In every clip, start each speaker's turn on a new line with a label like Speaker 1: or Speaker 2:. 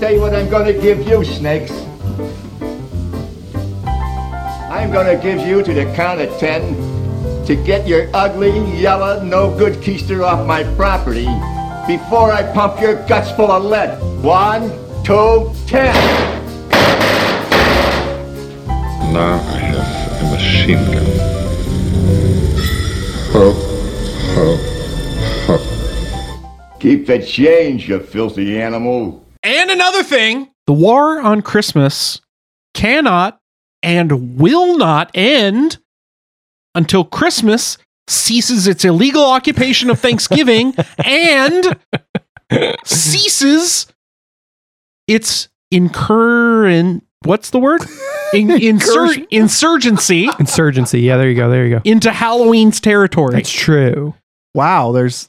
Speaker 1: tell you what I'm gonna give you, snakes. I'm gonna give you to the count of ten to get your ugly, yellow, no good keister off my property before I pump your guts full of lead. One, two, ten.
Speaker 2: Now I have a machine gun. Ho, ho, ho.
Speaker 1: Keep the change, you filthy animal.
Speaker 3: And another thing,
Speaker 4: The war on Christmas cannot and will not end until Christmas ceases its illegal occupation of Thanksgiving and ceases its incurrent what's the word? In, insur- insurgency
Speaker 5: Insurgency. Yeah, there you go. There you go.
Speaker 4: into Halloween's territory.
Speaker 5: That's true.
Speaker 6: Wow, there's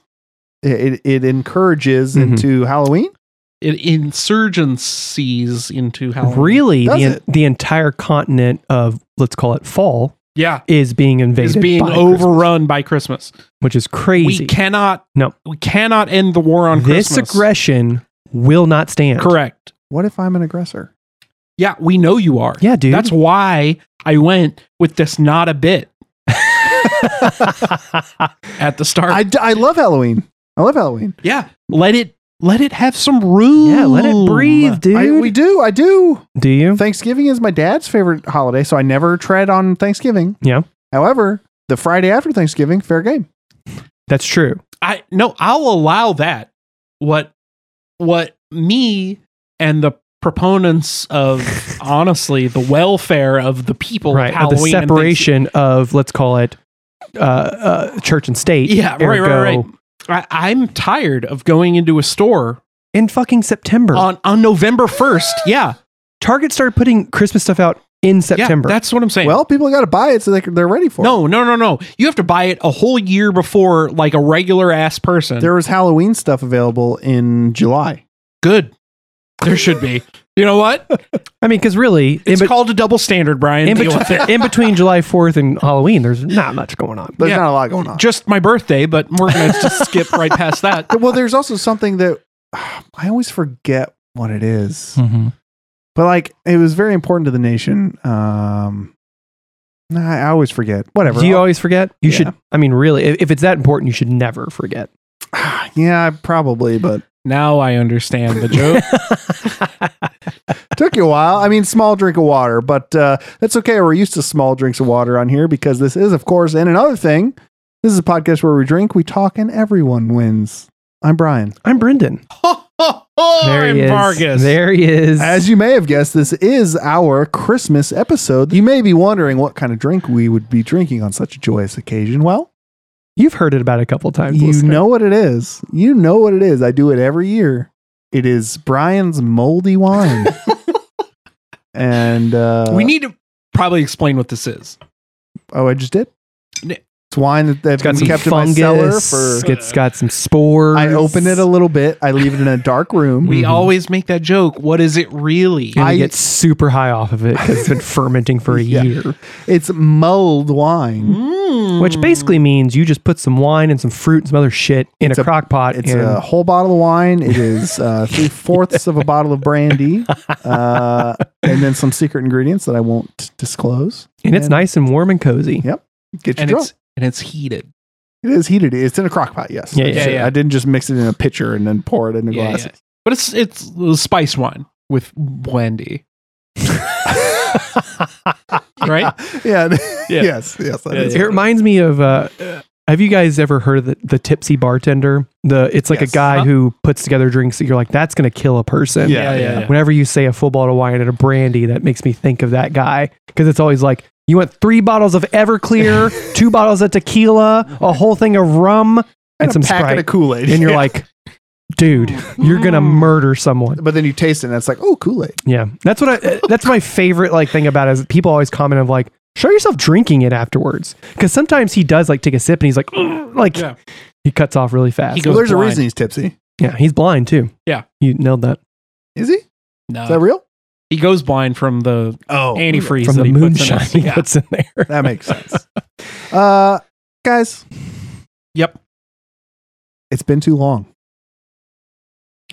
Speaker 6: it it encourages
Speaker 4: Mm-hmm.
Speaker 5: Mhm.
Speaker 6: into Halloween.
Speaker 4: It insurgencies into Halloween.
Speaker 5: Really,
Speaker 6: Does
Speaker 5: the,
Speaker 6: it?
Speaker 5: the entire continent of let's call it fall
Speaker 4: Yeah.
Speaker 5: is being
Speaker 4: Is
Speaker 5: invaded.
Speaker 4: being
Speaker 5: by
Speaker 4: overrun by Christmas.
Speaker 5: Christmas, which is crazy.
Speaker 4: We cannot
Speaker 5: No.
Speaker 4: we cannot end the war on
Speaker 5: this
Speaker 4: Christmas.
Speaker 5: aggression will not stand.
Speaker 4: Correct.
Speaker 6: What if I'm an aggressor?
Speaker 4: Yeah, we know you are.
Speaker 5: Yeah, dude.
Speaker 4: That's why I went with this not a bit at the start.
Speaker 6: I, d- I love Halloween. I love Halloween.
Speaker 4: yeah. Let it let it have some room.
Speaker 5: yeah, let it breathe, dude.
Speaker 6: I, we do. I do.
Speaker 5: do you?
Speaker 6: Thanksgiving is my dad's favorite holiday, so I never tread on Thanksgiving.
Speaker 5: Yeah.
Speaker 6: However, the Friday after Thanksgiving, fair game.
Speaker 5: That's true.
Speaker 4: I no, I'll allow that. What what me and the proponents of honestly the welfare of the people
Speaker 5: right.
Speaker 4: of
Speaker 5: of The
Speaker 4: Halloween and Thanksgiving-
Speaker 5: separation of let's call it uh, uh, church and state.
Speaker 4: Yeah, right, right, right.
Speaker 5: ergo,
Speaker 4: I, I'm tired of going into a store
Speaker 5: In fucking September,
Speaker 4: on, on November 1st. Yeah.
Speaker 5: Target started putting Christmas stuff out in September.
Speaker 4: Yeah, that's what I'm saying.
Speaker 6: Well, people got to buy it so they, c- they're ready for it.
Speaker 4: No, no, no, no. You have to buy it a whole year before, like a regular ass person.
Speaker 6: There was Halloween stuff available in July.
Speaker 4: good. There should be. You know what?
Speaker 5: I mean, because really, in,
Speaker 4: It's
Speaker 5: be-
Speaker 4: called a double standard, Brian.
Speaker 5: in,
Speaker 4: Deal with
Speaker 5: bet-
Speaker 4: it.
Speaker 5: in between July 4th and Halloween, there's not much going on.
Speaker 6: There's
Speaker 4: Yeah.
Speaker 6: not a lot going on.
Speaker 4: Just my birthday, but we're gonna just skip right past that.
Speaker 6: well, there's also something that I always forget what it is,
Speaker 5: Mm-hmm.
Speaker 6: but like it was very important to the nation. Um, nah, I always forget. Whatever.
Speaker 5: Do you
Speaker 6: I'll-
Speaker 5: always forget? You
Speaker 6: Yeah.
Speaker 5: should. I mean, really, if, if it's that important, you should never forget.
Speaker 6: yeah, probably, but
Speaker 4: Now I understand the joke.
Speaker 6: Took you a while. I mean, small drink of water, but uh, that's okay. We're used to small drinks of water on here because this is, of course, and another thing. This is a podcast where we drink, we talk, and everyone wins. I'm Brian.
Speaker 5: I'm Brendan. There he
Speaker 4: I'm
Speaker 5: is.
Speaker 4: Vargas.
Speaker 5: There he is.
Speaker 6: As you may have guessed, this is our Christmas episode. You may be wondering what kind of drink we would be drinking on such a joyous occasion. Well,
Speaker 5: You've heard it about a couple times.
Speaker 6: you
Speaker 5: listener.
Speaker 6: know what it is. You know what it is. I do it every year. It is Brian's moldy wine. and uh,
Speaker 4: we need to probably explain what this is.
Speaker 6: Oh, I just did.
Speaker 4: N-
Speaker 6: It's wine that they've
Speaker 5: It's got some
Speaker 6: kept
Speaker 5: fungus.
Speaker 6: in my cellar for.
Speaker 5: it's got some spores.
Speaker 6: I open it a little bit. I leave it in a dark room.
Speaker 4: We
Speaker 5: Mhm.
Speaker 4: always make that joke. What is it really?
Speaker 5: And I
Speaker 6: Mm-hmm. I-
Speaker 5: get super high off of it because it's been fermenting for a
Speaker 6: Yeah.
Speaker 5: year,
Speaker 6: it's mulled wine.
Speaker 4: Mm.
Speaker 5: which basically means you just put some wine and some fruit and some other shit in
Speaker 6: It's
Speaker 5: a,
Speaker 6: a-
Speaker 5: crock pot.
Speaker 6: It's
Speaker 5: and
Speaker 6: a whole bottle of wine. It is uh, three fourths of a bottle of brandy, uh, and then some secret ingredients that I won't disclose.
Speaker 5: and it's
Speaker 6: and-
Speaker 5: nice and warm and cozy.
Speaker 6: Yeah. Get you
Speaker 4: and
Speaker 6: drunk.
Speaker 4: it's and it's heated.
Speaker 6: It is heated. It's in a crock pot. Yes.
Speaker 5: Yeah,
Speaker 6: I
Speaker 5: yeah,
Speaker 6: should-
Speaker 4: yeah.
Speaker 6: I didn't just mix it in a pitcher and then pour it into
Speaker 4: Yeah,
Speaker 6: glasses.
Speaker 4: But it's it's spice wine with brandy. right?
Speaker 6: Yeah.
Speaker 4: Yeah.
Speaker 6: yes. Yes. that
Speaker 4: Yeah,
Speaker 6: is
Speaker 5: It
Speaker 6: right.
Speaker 5: reminds me of. Uh, have you guys ever heard of the, the tipsy bartender? The it's like
Speaker 6: Yes.
Speaker 5: a guy
Speaker 4: Huh?
Speaker 5: who puts together drinks that you're like, that's gonna kill a person.
Speaker 6: Yeah,
Speaker 4: yeah, yeah.
Speaker 5: Whenever you say a full bottle of wine and a brandy, that makes me think of that guy because it's always like, you want three bottles of Everclear, two bottles of tequila, a whole thing of rum, and,
Speaker 6: And
Speaker 5: some
Speaker 6: a packet
Speaker 5: Sprite.
Speaker 6: of Kool Aid.
Speaker 5: and you're like, dude, you're gonna murder someone.
Speaker 6: but then you taste it and it's like, oh, Kool Aid.
Speaker 5: Yeah, that's what I. uh, That's my favorite like thing about it is people always comment of like, show yourself drinking it afterwards because sometimes he does like take a sip and he's like, "Ugh," like
Speaker 4: Yeah.
Speaker 5: he cuts off really fast.
Speaker 4: He
Speaker 6: Well,
Speaker 4: goes
Speaker 6: there's a
Speaker 4: blind.
Speaker 6: reason he's tipsy.
Speaker 5: yeah, he's blind too.
Speaker 4: Yeah.
Speaker 5: you nailed that
Speaker 6: Is he? Is
Speaker 4: No.
Speaker 6: that real?
Speaker 4: He goes blind from the
Speaker 6: Oh,
Speaker 4: antifreeze
Speaker 5: from
Speaker 4: that
Speaker 5: the
Speaker 4: he puts in
Speaker 5: moonshine
Speaker 4: it.
Speaker 5: he
Speaker 4: Yeah.
Speaker 5: puts in there.
Speaker 6: that makes sense. uh, guys,
Speaker 4: Yep.
Speaker 6: it's been too long.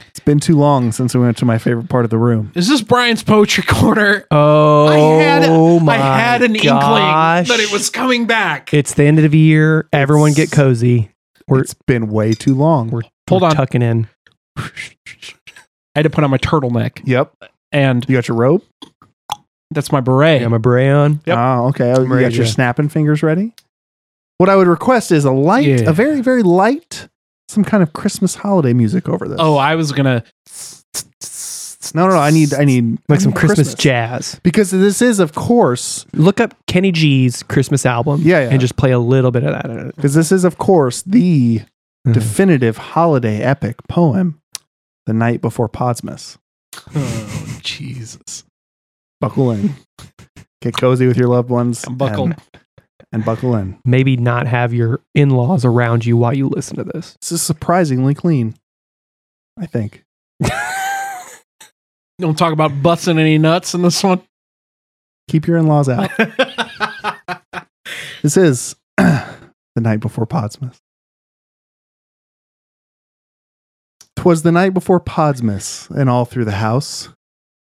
Speaker 6: It's been too long since we went to my favorite part of the room.
Speaker 4: Is this Brian's poetry corner?
Speaker 5: Oh,
Speaker 4: I had,
Speaker 5: my
Speaker 4: I had an
Speaker 5: gosh.
Speaker 4: inkling that it was coming back.
Speaker 5: It's the end of the year. Everyone get cozy. We're-
Speaker 6: it's been way too long.
Speaker 5: We're,
Speaker 4: Hold
Speaker 5: we're
Speaker 4: on.
Speaker 5: tucking in.
Speaker 4: I had to put on my turtleneck,
Speaker 6: yep.
Speaker 4: and
Speaker 6: You got your rope?
Speaker 4: that's my beret.
Speaker 5: Got my bray on.
Speaker 4: Yep.
Speaker 6: Oh, okay. You
Speaker 5: ready
Speaker 6: got your
Speaker 5: to-
Speaker 6: snapping fingers ready? What I would request is a light,
Speaker 5: Yeah.
Speaker 6: a very, very light, some kind of Christmas holiday music over this.
Speaker 4: oh, I was gonna.
Speaker 6: no, no, no. I need, I need
Speaker 5: Like some
Speaker 6: I need
Speaker 5: Christmas, jazz.
Speaker 6: Because this is, of course,
Speaker 5: Look up Kenny G's Christmas album.
Speaker 6: Yeah, yeah.
Speaker 5: And just play a little bit of that. in it.
Speaker 6: because this is, of course, the
Speaker 5: Mhm.
Speaker 4: Uh-huh.
Speaker 6: definitive holiday epic poem, The Night Before Podsmas.
Speaker 4: Oh, Jesus!
Speaker 6: Buckle in. Get cozy with your loved ones.
Speaker 4: I'm buckled.
Speaker 6: And, and buckle in.
Speaker 5: Maybe not have your in laws around you while you listen to this.
Speaker 6: This is surprisingly clean, I think.
Speaker 4: Don't talk about busting any nuts in this one.
Speaker 6: Keep your in laws out. This is the night before Podsmas. Twas the night before Podsmas, and all through the house,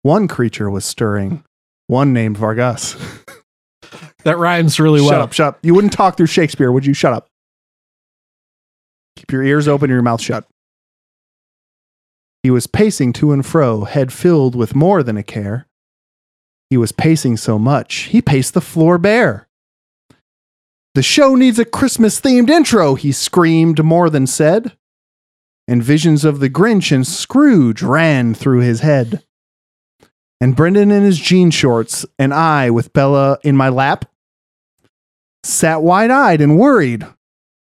Speaker 6: one creature was stirring, one named Vargas.
Speaker 4: that rhymes really
Speaker 6: shut
Speaker 4: well.
Speaker 6: up, shut up. You wouldn't talk through Shakespeare, would you? Shut up. Keep your ears open and your mouth shut. He was pacing to and fro, head filled with more than a care. He was pacing so much, he paced the floor bare. The show needs a Christmas themed intro, he screamed more than said. And visions of the Grinch and Scrooge ran through his head. And Brendan in his jean shorts, and I with Bella in my lap, sat wide eyed and worried,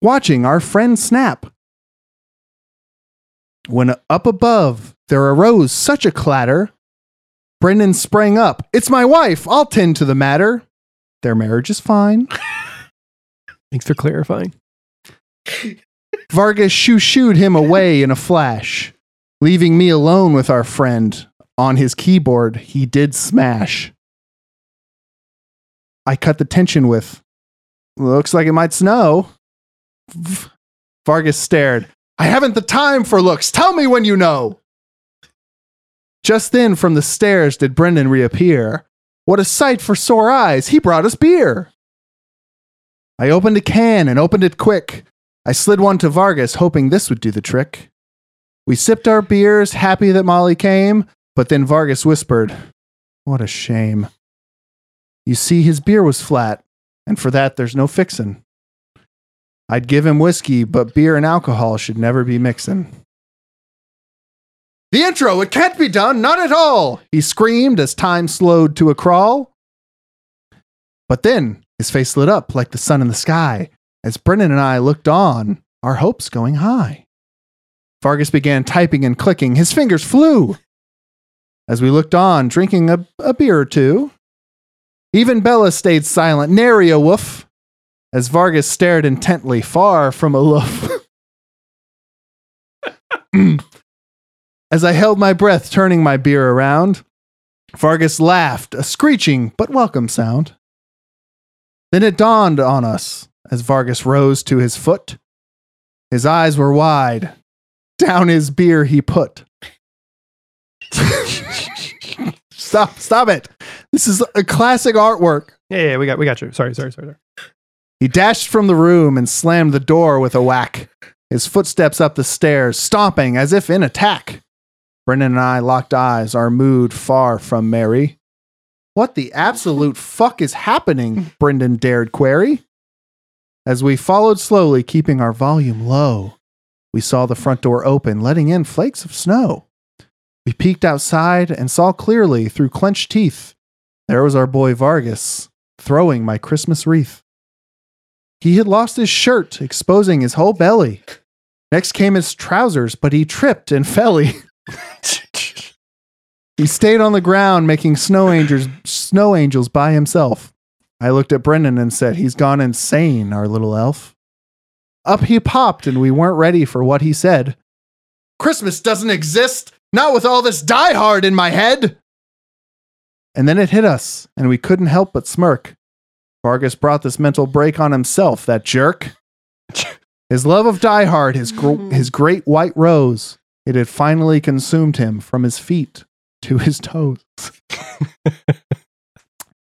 Speaker 6: watching our friend snap. When up above there arose such a clatter, Brendan sprang up. It's my wife. I'll tend to the matter. Their marriage is fine.
Speaker 5: Thanks for clarifying.
Speaker 6: Vargas shoo shooed him away in a flash, leaving me alone with our friend. On his keyboard, he did smash. I cut the tension with, looks like it might snow. V- Vargas stared. I haven't the time for looks. Tell me when you know. Just then, from the stairs, did Brendan reappear. What a sight for sore eyes. He brought us beer. I opened a can and opened it quick. I slid one to Vargas, hoping this would do the trick. We sipped our beers, happy that Molly came, but then Vargas whispered, What a shame. You see, his beer was flat, and for that there's no fixin'. I'd give him whiskey, but beer and alcohol should never be mixin'. The intro, it can't be done, not at all, he screamed as time slowed to a crawl. But then his face lit up like the sun in the sky. As Brennan and I looked on, our hopes going high. Vargas began typing and clicking. His fingers flew. As we looked on, drinking a, a beer or two. Even Bella stayed silent, nary a woof, as Vargas stared intently, far from aloof. as I held my breath, turning my beer around, Vargas laughed, a screeching but welcome sound. Then it dawned on us as Vargas rose to his foot. His eyes were wide. Down his beer he put. stop, stop it. This is a classic artwork.
Speaker 5: Yeah, yeah, we got we got you. Sorry, sorry, sorry. sorry.
Speaker 6: He dashed from the room and slammed the door with a whack, his footsteps up the stairs, stomping as if in attack. Brennan and I locked eyes, our mood far from merry. What the absolute fuck is happening? Brendan dared query. As we followed slowly, keeping our volume low, we saw the front door open, letting in flakes of snow. We peeked outside and saw clearly through clenched teeth. There was our boy Vargas throwing my Christmas wreath. He had lost his shirt, exposing his whole belly. Next came his trousers, but he tripped and fell. he stayed on the ground making snow angels, snow angels by himself. I looked at Brendan and said, He's gone insane, our little elf. Up he popped, and we weren't ready for what he said. Christmas doesn't exist! Not with all this diehard in my head! And then it hit us, and we couldn't help but smirk. Vargas brought this mental break on himself, that jerk. His love of Die Hard, his, gr- his great white rose, It had finally consumed him from his feet to his toes.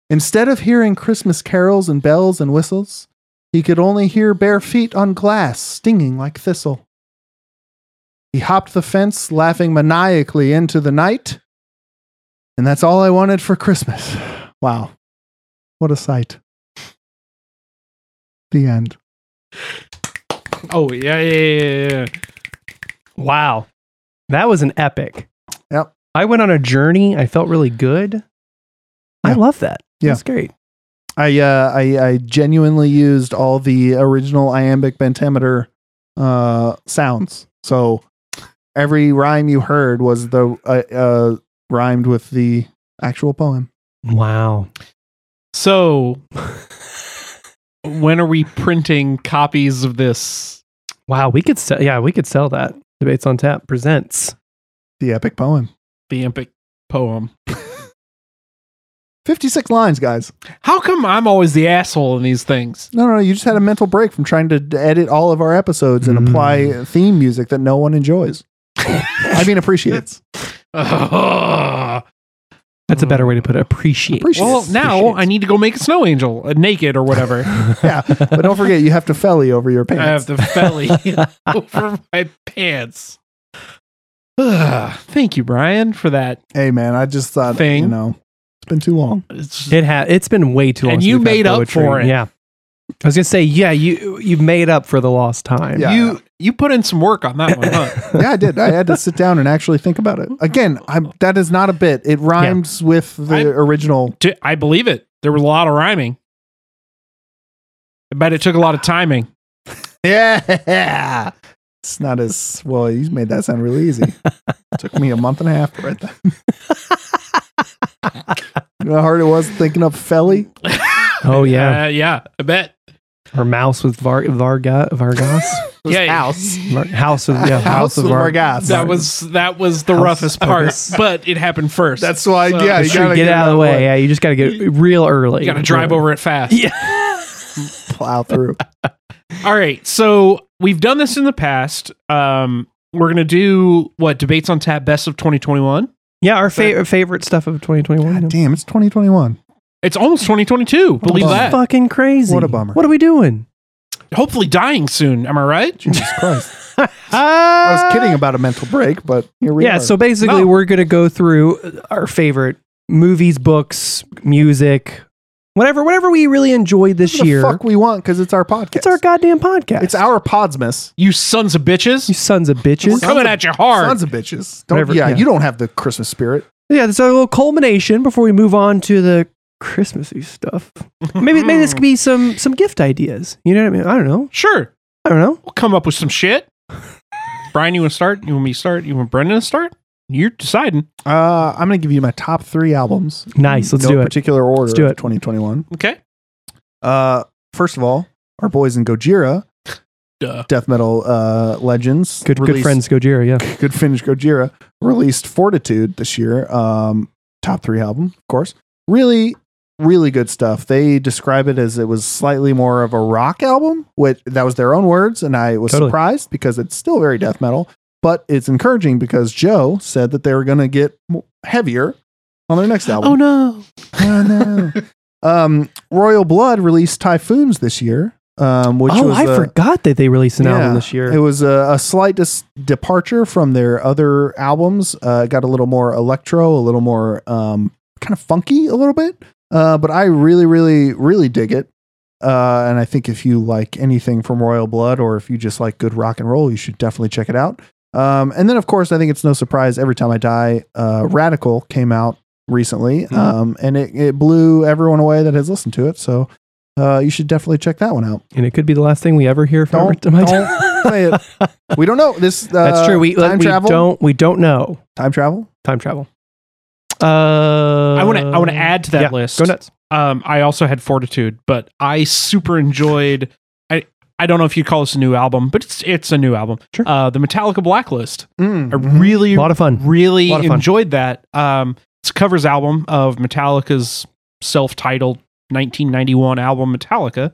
Speaker 6: Instead of hearing Christmas carols and bells and whistles, he could only hear bare feet on glass stinging like thistle. He hopped the fence, laughing maniacally into the night. And that's all I wanted for Christmas. Wow. What a sight. The end.
Speaker 4: Oh yeah, yeah, yeah, yeah.
Speaker 5: Wow. That was an epic.
Speaker 6: Yep.
Speaker 5: I went on a journey. I felt really good. I
Speaker 6: Yeah.
Speaker 5: love that.
Speaker 6: Yeah.
Speaker 5: That's great.
Speaker 6: I uh, I, I genuinely used all the original iambic pentameter uh, sounds. So every rhyme you heard was the uh, uh, rhymed with the actual poem.
Speaker 5: Wow.
Speaker 4: So, when are we printing copies of this?
Speaker 5: Wow. We could sell. Yeah, we could sell that. Debates on Tap presents.
Speaker 6: The epic poem.
Speaker 4: The epic poem.
Speaker 6: Fifty six lines, guys.
Speaker 4: How come I'm always the asshole in these things?
Speaker 6: No, no, you just had a mental break from trying to edit all of our episodes and
Speaker 5: Mm.
Speaker 6: apply theme music that no one enjoys. I mean, appreciates.
Speaker 4: well,
Speaker 5: That's a better way to put it. Appreciate.
Speaker 6: Appreciate.
Speaker 4: now I need to go make a snow angel uh, naked or whatever.
Speaker 6: Yeah, but don't forget, you have to felly over your pants.
Speaker 4: I have the belly over my pants. Ugh, thank you, Brian, for that.
Speaker 6: hey, man, I just thought,
Speaker 4: Thing.
Speaker 6: you know, it's been too long.
Speaker 4: It's-
Speaker 5: It had. It's been way too long.
Speaker 4: And
Speaker 5: since
Speaker 4: you
Speaker 5: we've had
Speaker 4: made up
Speaker 5: poetry.
Speaker 4: for it.
Speaker 5: Yeah. I was gonna say, yeah, you you've made up for the lost time.
Speaker 6: Yeah.
Speaker 4: you you put in some work on that one, huh?
Speaker 6: yeah, I did. I had to sit down and actually think about it. Again, I'm, that is not a bit. It rhymes with the
Speaker 4: I'm-
Speaker 6: original.
Speaker 4: T- I believe it. There was a lot of rhyming. I bet it took a lot of timing.
Speaker 6: Yeah. It's not as well. You made that sound really easy. Took me a month and a half to write that. you know how hard it was thinking up Felly?
Speaker 5: Oh yeah.
Speaker 4: Uh, yeah, I bet.
Speaker 5: Or mouse with Var Varga Vargas.
Speaker 4: Yeah,
Speaker 6: house.
Speaker 5: Var- house with yeah.
Speaker 6: House with
Speaker 5: Var-
Speaker 6: Vargas.
Speaker 4: That was that was the
Speaker 5: House
Speaker 4: roughest part,
Speaker 5: focus.
Speaker 4: but it happened first.
Speaker 6: That's why,
Speaker 4: So-
Speaker 6: yeah,
Speaker 5: Make
Speaker 6: you
Speaker 5: sure you
Speaker 6: gotta
Speaker 5: get, out of the way. Yeah, you just gotta get real early.
Speaker 4: you got to drive over it fast.
Speaker 5: Yeah.
Speaker 6: Plow through.
Speaker 4: All right, so we've done this in the past. Um, we're gonna do what debates on tap best of 2021.
Speaker 5: Yeah, our favorite favorite stuff of 2021.
Speaker 6: God damn, it's 2021.
Speaker 4: It's almost 2022. Believe
Speaker 6: Almost.
Speaker 4: that.
Speaker 5: Fucking crazy.
Speaker 6: What a bummer.
Speaker 5: What are we doing?
Speaker 4: Hopefully, dying soon. Am I right? Ah,
Speaker 6: Jesus Christ. I was kidding about a mental break, but here we
Speaker 5: Uh, yeah,
Speaker 6: are.
Speaker 5: so basically
Speaker 4: No.
Speaker 5: we're going to go through our favorite movies, books, music, whatever whatever we really enjoyed this
Speaker 6: the
Speaker 5: year.
Speaker 6: fuck we want because it's our podcast.
Speaker 5: it's our goddamn podcast.
Speaker 6: It's our Podsmas.
Speaker 4: You sons of bitches.
Speaker 5: you sons of
Speaker 4: We're
Speaker 5: bitches.
Speaker 4: coming at you hard.
Speaker 6: Sons of bitches. Don't,
Speaker 5: Whatever,
Speaker 6: yeah,
Speaker 5: yeah.
Speaker 6: you don't have the Christmas spirit.
Speaker 5: Yeah, it's a little culmination before we move on to the Christmassy stuff. Maybe maybe this could be some some gift ideas. You know what I mean? I don't know.
Speaker 4: sure.
Speaker 5: I don't know.
Speaker 4: We'll come up with some shit. Brian, you want to start? You want me to start? You want Brendan to start? You're deciding.
Speaker 6: Uh, I'm going to give you my top three albums.
Speaker 5: Nice, let's
Speaker 6: no
Speaker 5: do it.
Speaker 6: particular order.
Speaker 5: Let's do
Speaker 6: of
Speaker 5: it.
Speaker 6: 2021.
Speaker 4: Okay.
Speaker 6: Uh, first of all, our boys in Gojira,
Speaker 4: Duh.
Speaker 6: death metal uh, legends.
Speaker 5: Good good
Speaker 6: released-
Speaker 5: friends Gojira, yeah.
Speaker 6: Good Finnish Gojira released Fortitude this year. Um, top three album, of course. Really, really good stuff. They describe it as it was slightly more of a rock album, which that was their own words, and I was
Speaker 5: Totally.
Speaker 6: surprised because it's still very death metal, but it's encouraging because Joe said that they were going to get mo- heavier on their next album.
Speaker 5: Oh no.
Speaker 6: Oh, no. um, Royal Blood released Typhoons this year, um, which
Speaker 5: oh,
Speaker 6: was
Speaker 5: I
Speaker 6: a-
Speaker 5: forgot that they released an
Speaker 6: Yeah.
Speaker 5: album this year.
Speaker 6: it was a, a slight dis- departure from their other albums. Uh, it got a little more electro, a little more um, kind of funky, a little bit. Uh, but I really, really, really dig it. Uh, and I think if you like anything from Royal Blood, or if you just like good rock and roll, you should definitely check it out. Um, and then, of course, I think it's no surprise. Every time I die, uh, Radical came out recently,
Speaker 5: Mm-hmm.
Speaker 6: um, and it, it blew everyone away that has listened to it. So uh, you should definitely check that one out
Speaker 5: and it could be the last thing we ever hear from
Speaker 6: don't,
Speaker 5: Everton.
Speaker 6: don't play it. We don't know this. Uh,
Speaker 5: That's true. We,
Speaker 6: time
Speaker 5: we
Speaker 6: travel.
Speaker 5: don't we don't know
Speaker 6: Time travel.
Speaker 5: time travel. Uh,
Speaker 4: I want to. I want to add to that
Speaker 5: yeah,
Speaker 4: list.
Speaker 5: Go nuts.
Speaker 4: Um, I also had Fortitude, but I super enjoyed. I I don't know if you'd call this a new album, but it's it's a new album.
Speaker 5: Sure.
Speaker 4: Uh, the Metallica Blacklist.
Speaker 6: Mm.
Speaker 4: I really
Speaker 5: A lot of fun.
Speaker 4: really
Speaker 5: lot of fun.
Speaker 4: enjoyed that. Um, it's a covers album of Metallica's self-titled 1991 album Metallica,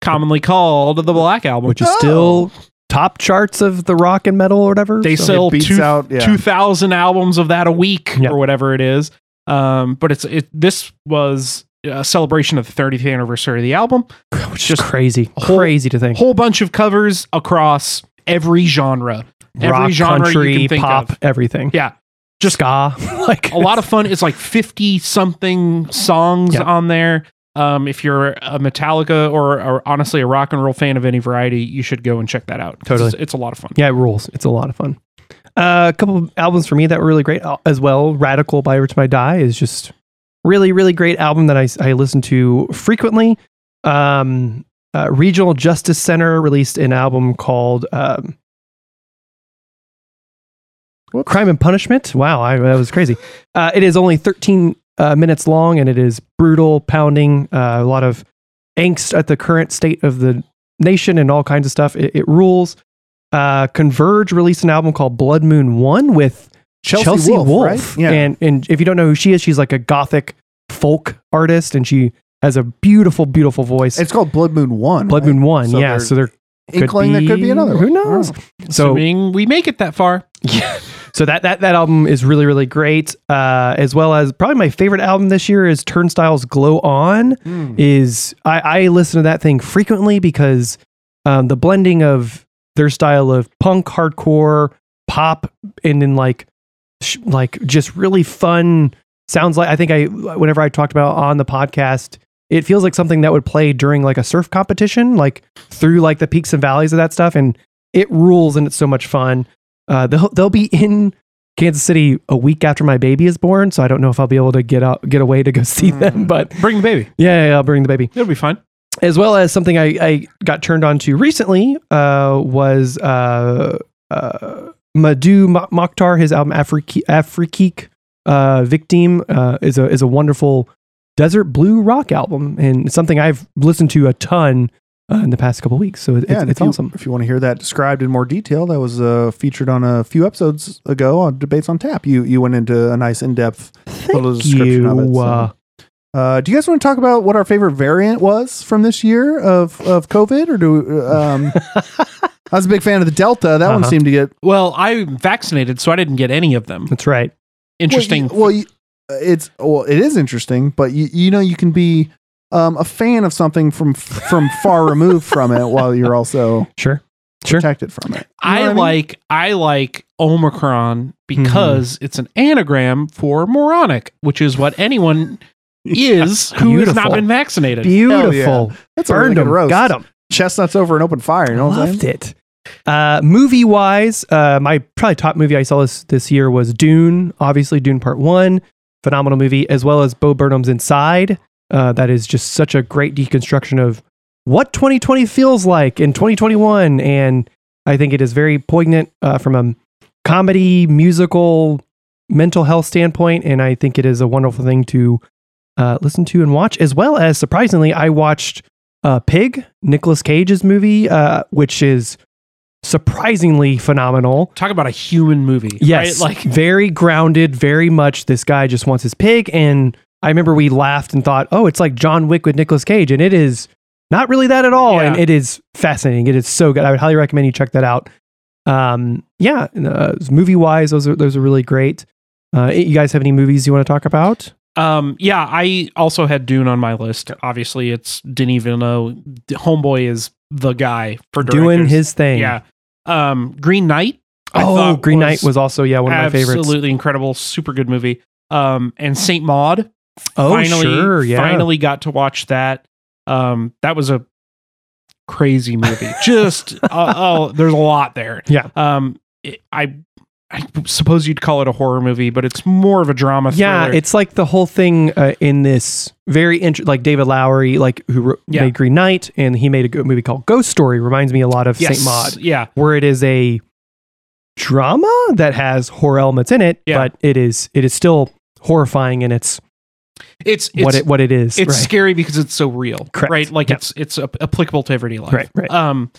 Speaker 4: commonly called the Black Album,
Speaker 5: Which is
Speaker 6: Oh.
Speaker 5: still top charts of the rock and metal or whatever.
Speaker 4: They
Speaker 5: so-
Speaker 4: sell
Speaker 6: It beats
Speaker 4: two
Speaker 6: out- yeah.
Speaker 4: two thousand albums of that a week
Speaker 5: Yeah.
Speaker 4: or whatever it is. Um, but it's it. This was a celebration of the 30th anniversary of the album.
Speaker 5: which is
Speaker 4: just
Speaker 5: crazy,
Speaker 4: whole-
Speaker 5: crazy to think.
Speaker 4: Whole bunch of covers across every genre, every
Speaker 5: rock,
Speaker 4: genre you
Speaker 5: country,
Speaker 4: can think
Speaker 5: pop,
Speaker 4: of.
Speaker 5: everything.
Speaker 4: Yeah,
Speaker 5: just ska, like
Speaker 4: a lot of fun. It's like 50 something songs
Speaker 5: Yeah.
Speaker 4: on there. Um, if you're a Metallica or, or honestly a rock and roll fan of any variety, you should go and check that out. 'Cause
Speaker 5: Totally.
Speaker 4: It's, it's a lot of fun.
Speaker 5: Yeah, it rules. It's a lot of fun. Uh, a couple of albums for me that were really great uh, as well. Radical by Rich by Die is just really, really great album that I, I listen to frequently. Um, uh, Regional Justice Center released an album called um, Crime and Punishment. Wow, I, that was crazy. Uh, it is only 13 uh, minutes long and it is brutal, pounding, uh, a lot of angst at the current state of the nation and all kinds of stuff. It, it rules. Uh, Converge released an album called Blood Moon One with Chelsea, Wolf,
Speaker 6: right? Yeah.
Speaker 5: and and if you don't know who she is, she's like a gothic folk artist, and she has a beautiful, beautiful voice.
Speaker 6: It's called Blood Moon One.
Speaker 5: Blood
Speaker 6: right?
Speaker 5: Moon One,
Speaker 6: So
Speaker 5: yeah.
Speaker 6: they're
Speaker 5: So there could
Speaker 6: Inkling there could be another.
Speaker 5: Who
Speaker 6: one.
Speaker 5: knows? So
Speaker 4: Assuming we make it that far.
Speaker 5: so that that that album is really really great. Uh, as well as probably my favorite album this year is Turnstiles Glow On. Is I, I listen to that thing frequently because um, the blending of their style of punk, hardcore, pop, and then like sh- like just really fun sounds like I think I whenever I talked about on the podcast. It feels like something that would play during like a surf competition, like through like the peaks and valleys of that stuff, and it rules and it's so much fun. Uh, they'll they'll be in Kansas City a week after my baby is born, so I don't know if I'll be able to get out get away to go see them. But
Speaker 4: Bring the baby.
Speaker 5: yeah, yeah, I'll bring the baby.
Speaker 4: It'll be fun.
Speaker 5: As well as something I, I got turned on to recently uh, was uh, uh, Madhu Mo- Mokhtar. His album Afriki- Afrikique uh, Victim uh, is a is a wonderful desert blue rock album and something I've listened to a ton uh, in the past couple weeks. So it,
Speaker 6: Yeah, and
Speaker 5: it's, it's
Speaker 6: if you,
Speaker 5: awesome.
Speaker 6: If you want to hear that described in more detail, that was uh, featured on a few episodes ago on Debates on Tap. You you went into a nice in depth little description
Speaker 5: you.
Speaker 6: of it. so.
Speaker 5: uh,
Speaker 6: Uh, do you guys want to talk about what our favorite variant was from this year of, of COVID, or do we, um, I was a big fan of the Delta. That one
Speaker 5: Uh-huh.
Speaker 6: seemed to get
Speaker 4: Well, I'm vaccinated, so I didn't get any of them.
Speaker 5: that's right.
Speaker 4: Interesting.
Speaker 6: Well, you, well, you, it's well, it is interesting, but you you know you can be um, a fan of something from from far removed from it while you're also
Speaker 5: Sure. Sure.
Speaker 6: protected from it. You know
Speaker 4: I,
Speaker 6: what mean?
Speaker 4: like I like Omicron because
Speaker 5: Mm-hmm.
Speaker 4: it's an anagram for moronic, which is what anyone is who has not
Speaker 5: Beautiful.
Speaker 4: been vaccinated.
Speaker 5: Beautiful.
Speaker 6: that's a really
Speaker 5: Burned
Speaker 6: good
Speaker 5: him.
Speaker 6: roast.
Speaker 5: Got him.
Speaker 6: chestnuts over an open fire. You know what I'm saying?
Speaker 5: Loved it. Uh, movie wise, uh, my probably top movie I saw this this year was Dune. Obviously, Dune Part One, phenomenal movie, as well as Bo Burnham's Inside. Uh, that is just such a great deconstruction of what 2020 feels like in 2021, and I think it is very poignant uh, from a comedy, musical, mental health standpoint, and I think it is a wonderful thing to uh, listen to and watch. As well as surprisingly, I watched uh, Pig, Nicolas Cage's movie, uh, which is surprisingly phenomenal.
Speaker 4: Talk about a human movie.
Speaker 5: Yes,
Speaker 4: Right? Like
Speaker 5: very grounded, very much. This guy just wants his pig, and I remember we laughed and thought, "Oh, it's like John Wick with Nicolas Cage," and it is not really that at all.
Speaker 4: Yeah.
Speaker 5: And it is fascinating. It is so good. I would highly recommend you check that out. Um, yeah, uh, movie wise, those are those are really great. Uh, you guys have any movies you want to talk about?
Speaker 4: Um, yeah, I also had Dune on my list. Obviously, it's Denis Villeneuve. D- Homeboy is the guy for
Speaker 5: Doing
Speaker 4: directors.
Speaker 5: his thing.
Speaker 4: yeah. Um, Green Knight. I
Speaker 5: Oh,
Speaker 4: thought
Speaker 5: Green Knight was also yeah one of my favorites.
Speaker 4: absolutely incredible, super good movie. Um, and Saint Maud.
Speaker 5: Oh,
Speaker 4: finally,
Speaker 5: sure, yeah.
Speaker 4: finally got to watch that. Um, that was a crazy movie. Just uh, oh, there's a lot there.
Speaker 5: Yeah.
Speaker 4: Um, it, I. I suppose you'd call it a horror movie, but it's more of a drama.
Speaker 5: Yeah,
Speaker 4: thriller.
Speaker 5: it's like the whole thing uh, in this very int- like David Lowery, like who wrote,
Speaker 4: Yeah.
Speaker 5: made Green Knight, and he made a good movie called Ghost Story. Reminds me a lot of
Speaker 4: yes,
Speaker 5: Saint Maud,
Speaker 4: Yeah,
Speaker 5: where it is a drama that has horror elements in it,
Speaker 4: Yeah.
Speaker 5: but it is it is still horrifying in its,
Speaker 4: it's, it's
Speaker 5: what it what it is.
Speaker 4: it's
Speaker 5: right.
Speaker 4: scary because it's so real
Speaker 5: Correct.
Speaker 4: right like
Speaker 5: Yeah.
Speaker 4: it's it's ap- applicable to everyday life
Speaker 5: Right, right.
Speaker 4: um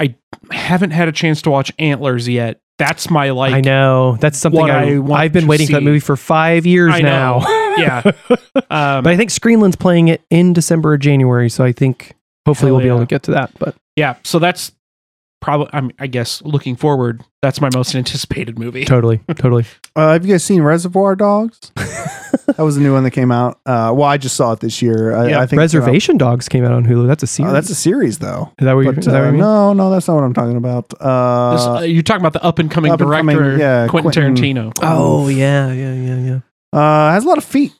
Speaker 4: i haven't had a chance to watch antlers yet that's my like
Speaker 5: I know that's something
Speaker 4: what
Speaker 5: I,
Speaker 4: I want
Speaker 5: I've been
Speaker 4: to
Speaker 5: waiting for that
Speaker 4: see.
Speaker 5: movie for five years
Speaker 4: I
Speaker 5: now.
Speaker 4: know. yeah um
Speaker 5: but I think Screenland's playing it in December or January, so I think hopefully
Speaker 4: Hell
Speaker 5: we'll be able
Speaker 4: yeah.
Speaker 5: to get to that. But
Speaker 4: yeah so that's probably I'm I guess looking forward, that's my most anticipated movie.
Speaker 5: Totally, totally.
Speaker 6: Uh, have you guys seen Reservoir Dogs? that was a new one that came out. Uh, well, I just saw it this year. I,
Speaker 4: Yeah,
Speaker 6: I think uh, it came out-
Speaker 5: Reservation Dogs came out on Hulu. That's a series.
Speaker 6: Oh, that's a series though.
Speaker 5: is that what you,
Speaker 6: But,
Speaker 5: is that what
Speaker 6: uh,
Speaker 5: you mean?
Speaker 6: No, no, that's not what I'm talking about. Uh,
Speaker 4: This- uh, you're talking about the up and coming
Speaker 6: up and
Speaker 4: director
Speaker 6: coming, yeah,
Speaker 4: Quentin,
Speaker 6: Quentin.
Speaker 4: Tarantino.
Speaker 5: Oh yeah, yeah, yeah, yeah.
Speaker 6: Uh, has a lot of feet,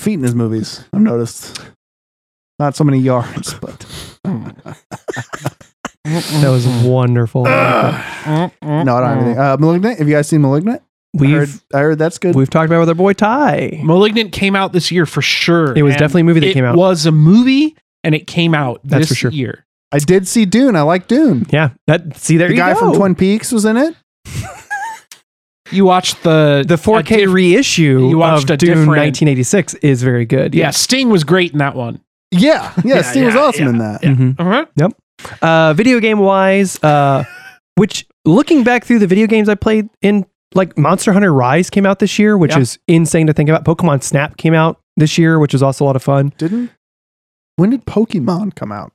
Speaker 6: feet in his movies. I've noticed. Not so many yards, but
Speaker 5: That was wonderful.
Speaker 6: no, I don't have anything. Uh, Malignant. Have you guys seen Malignant? I heard,
Speaker 5: Mm, we've
Speaker 6: I heard that's good.
Speaker 5: we've talked about it with our boy Ty.
Speaker 4: Malignant came out this year for sure.
Speaker 5: It was
Speaker 4: and
Speaker 5: definitely a movie that
Speaker 4: it
Speaker 5: came out.
Speaker 4: was a movie and it came out
Speaker 5: That's
Speaker 4: this
Speaker 5: for sure.
Speaker 4: year.
Speaker 6: I did see Dune. I like Dune.
Speaker 5: Yeah, that see there
Speaker 6: the
Speaker 5: you
Speaker 6: guy
Speaker 5: go.
Speaker 6: from Twin Peaks was in it.
Speaker 4: You watched the
Speaker 5: the 4K
Speaker 4: a diff-
Speaker 5: reissue
Speaker 4: you watched
Speaker 5: of
Speaker 4: a
Speaker 5: Dune
Speaker 4: different-
Speaker 5: 1986 is very good.
Speaker 4: yeah, Sting was great in that one.
Speaker 6: Yeah, yeah.
Speaker 4: Yeah,
Speaker 6: Steve was
Speaker 4: yeah,
Speaker 6: awesome
Speaker 4: yeah.
Speaker 6: in that.
Speaker 5: Mhm.
Speaker 4: Uh-huh.
Speaker 5: uh, video game wise, uh, which looking back through the video games I played in, like Monster Hunter Rise came out this year, which
Speaker 4: Yeah.
Speaker 5: is insane to think about. Pokemon Snap came out this year, which was also a lot of fun.
Speaker 6: Didn't. When did Pokemon come out?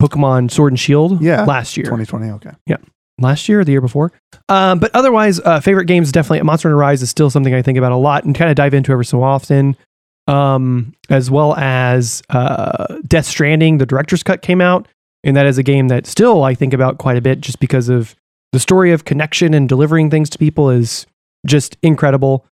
Speaker 5: Pokemon Sword and Shield,
Speaker 6: Yeah.
Speaker 5: last year,
Speaker 6: 2020. Okay.
Speaker 5: last year, or the year before. Um, but otherwise, uh, favorite games definitely Monster Hunter Rise is still something I think about a lot and kind of dive into every so often. Um, as well as uh, Death Stranding, the director's cut came out, and that is a game that still I think about quite a bit just because of the story of connection and delivering things to people is just incredible.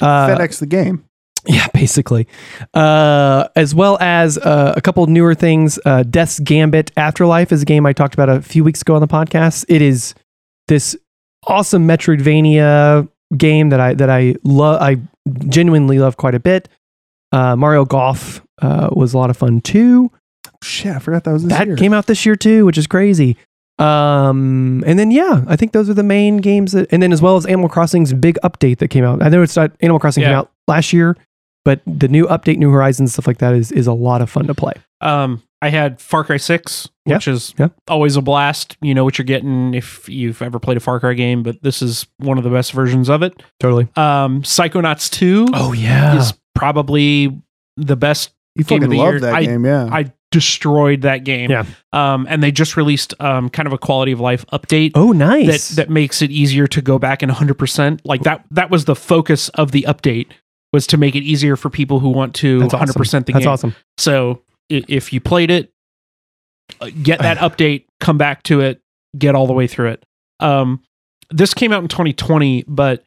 Speaker 5: Uh,
Speaker 6: FedEx the game.
Speaker 5: yeah, basically. Uh, as well as uh, a couple newer things. Uh, Death's Gambit Afterlife is a game I talked about a few weeks ago on the podcast. It is this awesome Metroidvania game that I that I love. I genuinely love quite a bit. Uh, Mario Golf uh, was a lot of fun too.
Speaker 6: Shit, I forgot that was this
Speaker 5: that
Speaker 6: year.
Speaker 5: came out this year too, which is crazy. Um, and then yeah, I think those are the main games that, and then as well as Animal Crossing's big update that came out. I know it's not Animal Crossing came
Speaker 4: Yeah.
Speaker 5: out last year, but the new update, New Horizons, stuff like that is is a lot of fun to play.
Speaker 4: Um, I had Far Cry Six,
Speaker 5: Yeah,
Speaker 4: which is
Speaker 5: yeah.
Speaker 4: always a blast. You know what you're getting if you've ever played a Far Cry game, but this is one of the best versions of it.
Speaker 5: Totally.
Speaker 4: Um, Psychonauts Two
Speaker 5: Oh yeah.
Speaker 4: is probably the best.
Speaker 6: You
Speaker 4: Game of
Speaker 6: fucking
Speaker 4: the
Speaker 6: love
Speaker 4: year.
Speaker 6: that
Speaker 4: I-
Speaker 6: game, yeah.
Speaker 4: I destroyed that game.
Speaker 5: Yeah.
Speaker 4: Um, and they just released um kind of a quality of life update.
Speaker 5: oh nice.
Speaker 4: That, that makes it easier to go back and 100% like that that was the focus of the update was to make it easier for people who want to
Speaker 5: That's awesome.
Speaker 4: 100% the
Speaker 5: That's
Speaker 4: game
Speaker 5: awesome.
Speaker 4: so i- if you played it, uh, get that update, come back to it, get all the way through it. Um, this came out in 2020, but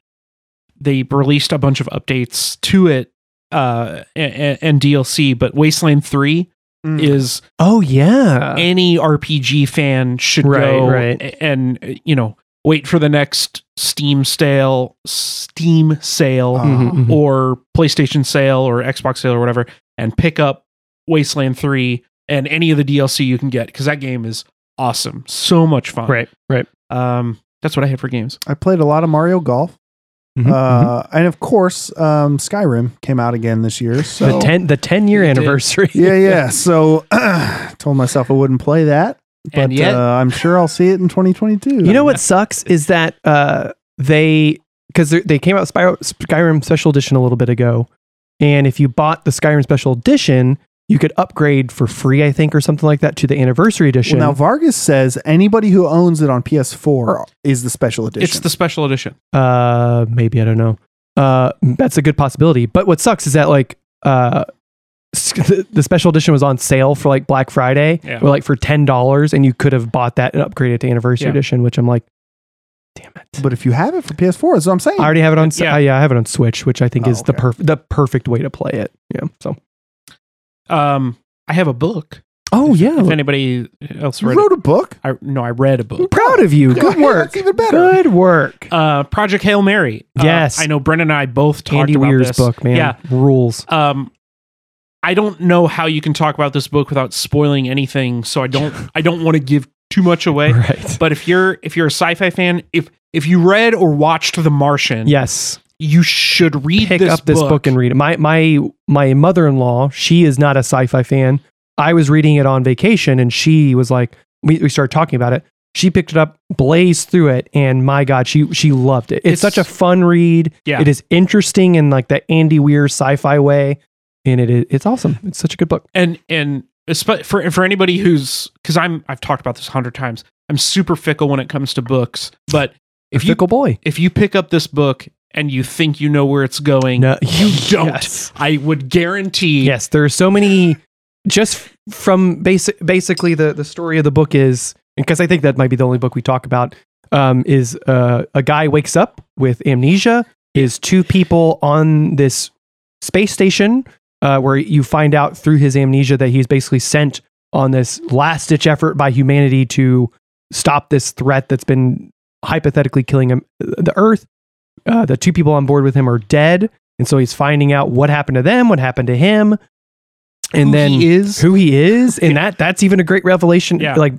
Speaker 4: they released a bunch of updates to it uh, and, and DLC. But Wasteland 3
Speaker 6: Mm.
Speaker 4: is
Speaker 5: Oh yeah.
Speaker 4: any RPG fan should
Speaker 5: Right,
Speaker 4: go
Speaker 5: right.
Speaker 4: a- and uh, you know wait for the next Steam sale, Steam sale
Speaker 6: Uh,
Speaker 5: Mhm, mhm.
Speaker 4: or PlayStation sale or Xbox sale or whatever and pick up Wasteland 3 and any of the DLC you can get because that game is awesome. So much fun.
Speaker 5: Right. Right.
Speaker 4: Um, that's what I had for games.
Speaker 6: I played a lot of Mario Golf.
Speaker 4: Mm-hmm,
Speaker 5: Mhm, mhm.
Speaker 6: Uh, and of course, um, Skyrim came out again this year. So
Speaker 5: the ten the ten year
Speaker 4: You did.
Speaker 5: anniversary.
Speaker 6: yeah, yeah. So told myself I wouldn't play that, but
Speaker 4: And yet-
Speaker 6: uh, I'm sure I'll see it in 2022.
Speaker 5: You know what sucks is that uh, they because they came out with Spyro, Skyrim Special Edition a little bit ago, and if you bought the Skyrim Special Edition, you could upgrade for free, I think, or something like that, to the Anniversary
Speaker 6: Well,
Speaker 5: Edition.
Speaker 6: now Vargas says anybody who owns it on PS4 is the special edition.
Speaker 4: It's the special edition.
Speaker 5: uh, maybe I don't know. Uh, that's a good possibility. But what sucks is that like uh, s- the, the Special Edition was on sale for like Black Friday,
Speaker 4: Yeah.
Speaker 5: or like for ten dollars, and you could have bought that and upgraded to Anniversary
Speaker 4: Yeah.
Speaker 5: Edition, which I'm like, damn it.
Speaker 6: but if you have it for PS4, that's what I'm saying.
Speaker 5: I already have it on.
Speaker 4: Yeah.
Speaker 5: Yeah, yeah I have it on Switch, which I think
Speaker 6: Oh,
Speaker 5: is the
Speaker 6: okay.
Speaker 5: perfect the perfect way to play it. Yeah. So.
Speaker 4: Um, I have a book.
Speaker 5: Oh yeah.
Speaker 4: If anybody else
Speaker 6: you
Speaker 4: read
Speaker 6: wrote a book.
Speaker 4: it, I, no, I read a
Speaker 5: I'm
Speaker 4: book.
Speaker 5: proud of you.
Speaker 6: Yeah,
Speaker 5: Good
Speaker 6: that's
Speaker 5: work.
Speaker 6: even better.
Speaker 5: Good work.
Speaker 4: Uh, Project Hail Mary. Uh,
Speaker 5: Yes.
Speaker 4: I know Brendan and I both talked
Speaker 5: Andy
Speaker 4: about
Speaker 5: Weir's
Speaker 4: this.
Speaker 5: book, man.
Speaker 4: Yeah.
Speaker 5: Rules.
Speaker 4: um I don't know how you can talk about this book without spoiling anything, so I don't I don't want to give too much away.
Speaker 5: Right.
Speaker 4: But if you're if you're a sci-fi fan, if if you read or watched The Martian,
Speaker 5: Yes.
Speaker 4: you should read
Speaker 5: Pick
Speaker 4: this
Speaker 5: up this book. and read it. My my my mother in law. She is not a sci fi fan. I was reading it on vacation, and she was like, we, we started talking about it. She picked it up, blazed through it, and my God, she she loved it. It's,
Speaker 4: It's-
Speaker 5: such a fun read.
Speaker 4: Yeah.
Speaker 5: It is interesting in like the Andy Weir sci-fi way, and it is it's awesome. It's such a good book.
Speaker 4: and and espe- for for anybody who's because I'm I've talked about this a hundred times. I'm super fickle when it comes to books, but if you
Speaker 5: fickle boy.
Speaker 4: if you pick up this book and you think you know where it's going, you don't.
Speaker 5: Yes.
Speaker 4: I would guarantee
Speaker 5: Yes, there are so many. Just f- from basic, basically the the story of the book is because I think that might be the only book we talk about. Um, is uh, a guy wakes up with amnesia. Is two people on this space station uh, where you find out through his amnesia that he's basically sent on this last ditch effort by humanity to stop this threat that's been hypothetically killing him, the Earth. Uh, the two people on board with him are dead, and so he's finding out what happened to them, what happened to him, and
Speaker 4: who
Speaker 5: then
Speaker 4: he is.
Speaker 5: who he is, and that that's even a great revelation.
Speaker 4: Yeah.
Speaker 5: Like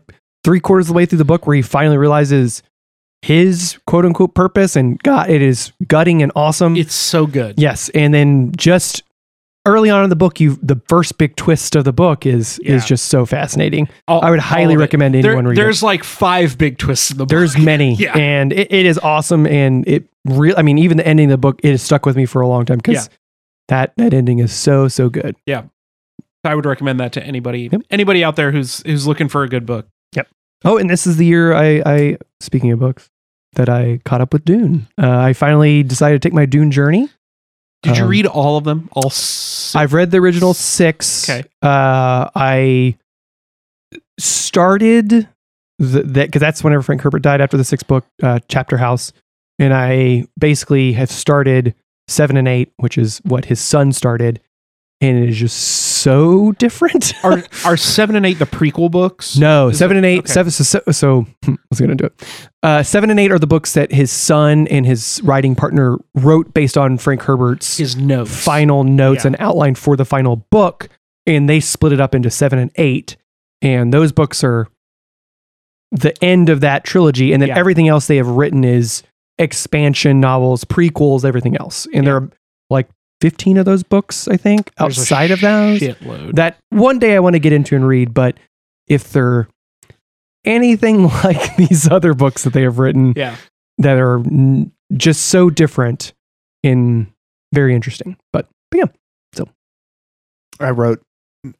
Speaker 5: three quarters of the way through the book, where he finally realizes his quote unquote purpose, and God, it is gutting and awesome.
Speaker 4: it's so good.
Speaker 5: Yes, and then just early on in the book, you the first big twist of the book is
Speaker 4: Yeah.
Speaker 5: is just so fascinating.
Speaker 4: All-
Speaker 5: I would
Speaker 4: all
Speaker 5: highly
Speaker 4: of it.
Speaker 5: recommend
Speaker 4: There-
Speaker 5: anyone read it.
Speaker 4: There's like five big twists in the book.
Speaker 5: There's many,
Speaker 4: Yeah.
Speaker 5: and it, it is awesome, and it real. I mean, even the ending of the book, it has stuck with me for a long time because
Speaker 4: Yeah.
Speaker 5: that that ending is so so good.
Speaker 4: I would recommend that to anybody
Speaker 5: Yep.
Speaker 4: anybody out there who's who's looking for a good book.
Speaker 5: Oh, and this is the year I, I speaking of books that I caught up with Dune. Uh, I finally decided to take my Dune journey.
Speaker 4: Did you
Speaker 5: Um,
Speaker 4: read all of them? All six?
Speaker 5: I've read the original six.
Speaker 4: Okay.
Speaker 5: Uh, I started the, that because that's whenever Frank Herbert died after the sixth book, uh, Chapter House, and I basically have started seven and eight, which is what his son started, and it is just so different.
Speaker 4: are are seven and eight the prequel books?
Speaker 5: No,
Speaker 4: Is
Speaker 5: seven
Speaker 4: it-
Speaker 5: and eight.
Speaker 4: okay.
Speaker 5: Seven. So, so, so hmm, I was gonna do it. Uh, seven and eight are the books that his son and his writing partner wrote based on Frank Herbert's
Speaker 4: his notes.
Speaker 5: final notes
Speaker 4: Yeah.
Speaker 5: and outline for the final book, and they split it up into seven and eight. And those books are the end of that trilogy, and then
Speaker 4: Yeah.
Speaker 5: everything else they have written is expansion novels, prequels, everything else. And there are like fifteen of those books, I think,
Speaker 4: There's a
Speaker 5: outside of those
Speaker 4: shitload.
Speaker 5: that one day I want to get into and read, but if they're anything like these other books that they have written
Speaker 4: yeah.
Speaker 5: that are n- just so different and very interesting. But, but yeah,
Speaker 6: I wrote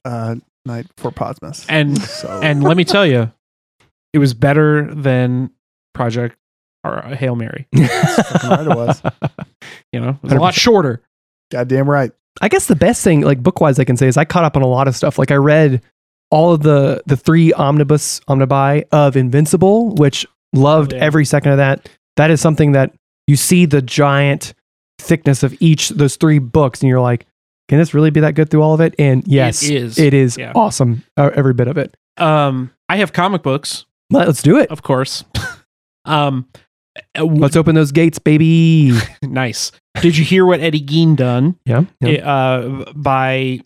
Speaker 6: uh, Night for Posmus.
Speaker 4: And
Speaker 6: so
Speaker 4: and let me tell you, it was better than Project or Hail Mary.
Speaker 6: right it was.
Speaker 4: You know, it was a lot shorter.
Speaker 6: Goddamn right.
Speaker 5: I guess the best thing, like book wise, I can say is I caught up on a lot of stuff. Like I read all of the the three omnibus omnibi of Invincible, which loved
Speaker 4: yeah.
Speaker 5: every second of that. That is something that you see the giant thickness of each those three books, and you're like, can this really be that good through all of it? And yes,
Speaker 4: is.
Speaker 5: It is
Speaker 4: Yeah.
Speaker 5: awesome, uh, every bit of it.
Speaker 4: Um, I have comic books,
Speaker 5: Let- Let's do it.
Speaker 4: of course. um, uh,
Speaker 5: Let's open those gates, baby.
Speaker 4: nice. Did you hear what Eddie Gein done?
Speaker 5: yeah. yeah.
Speaker 4: Uh, by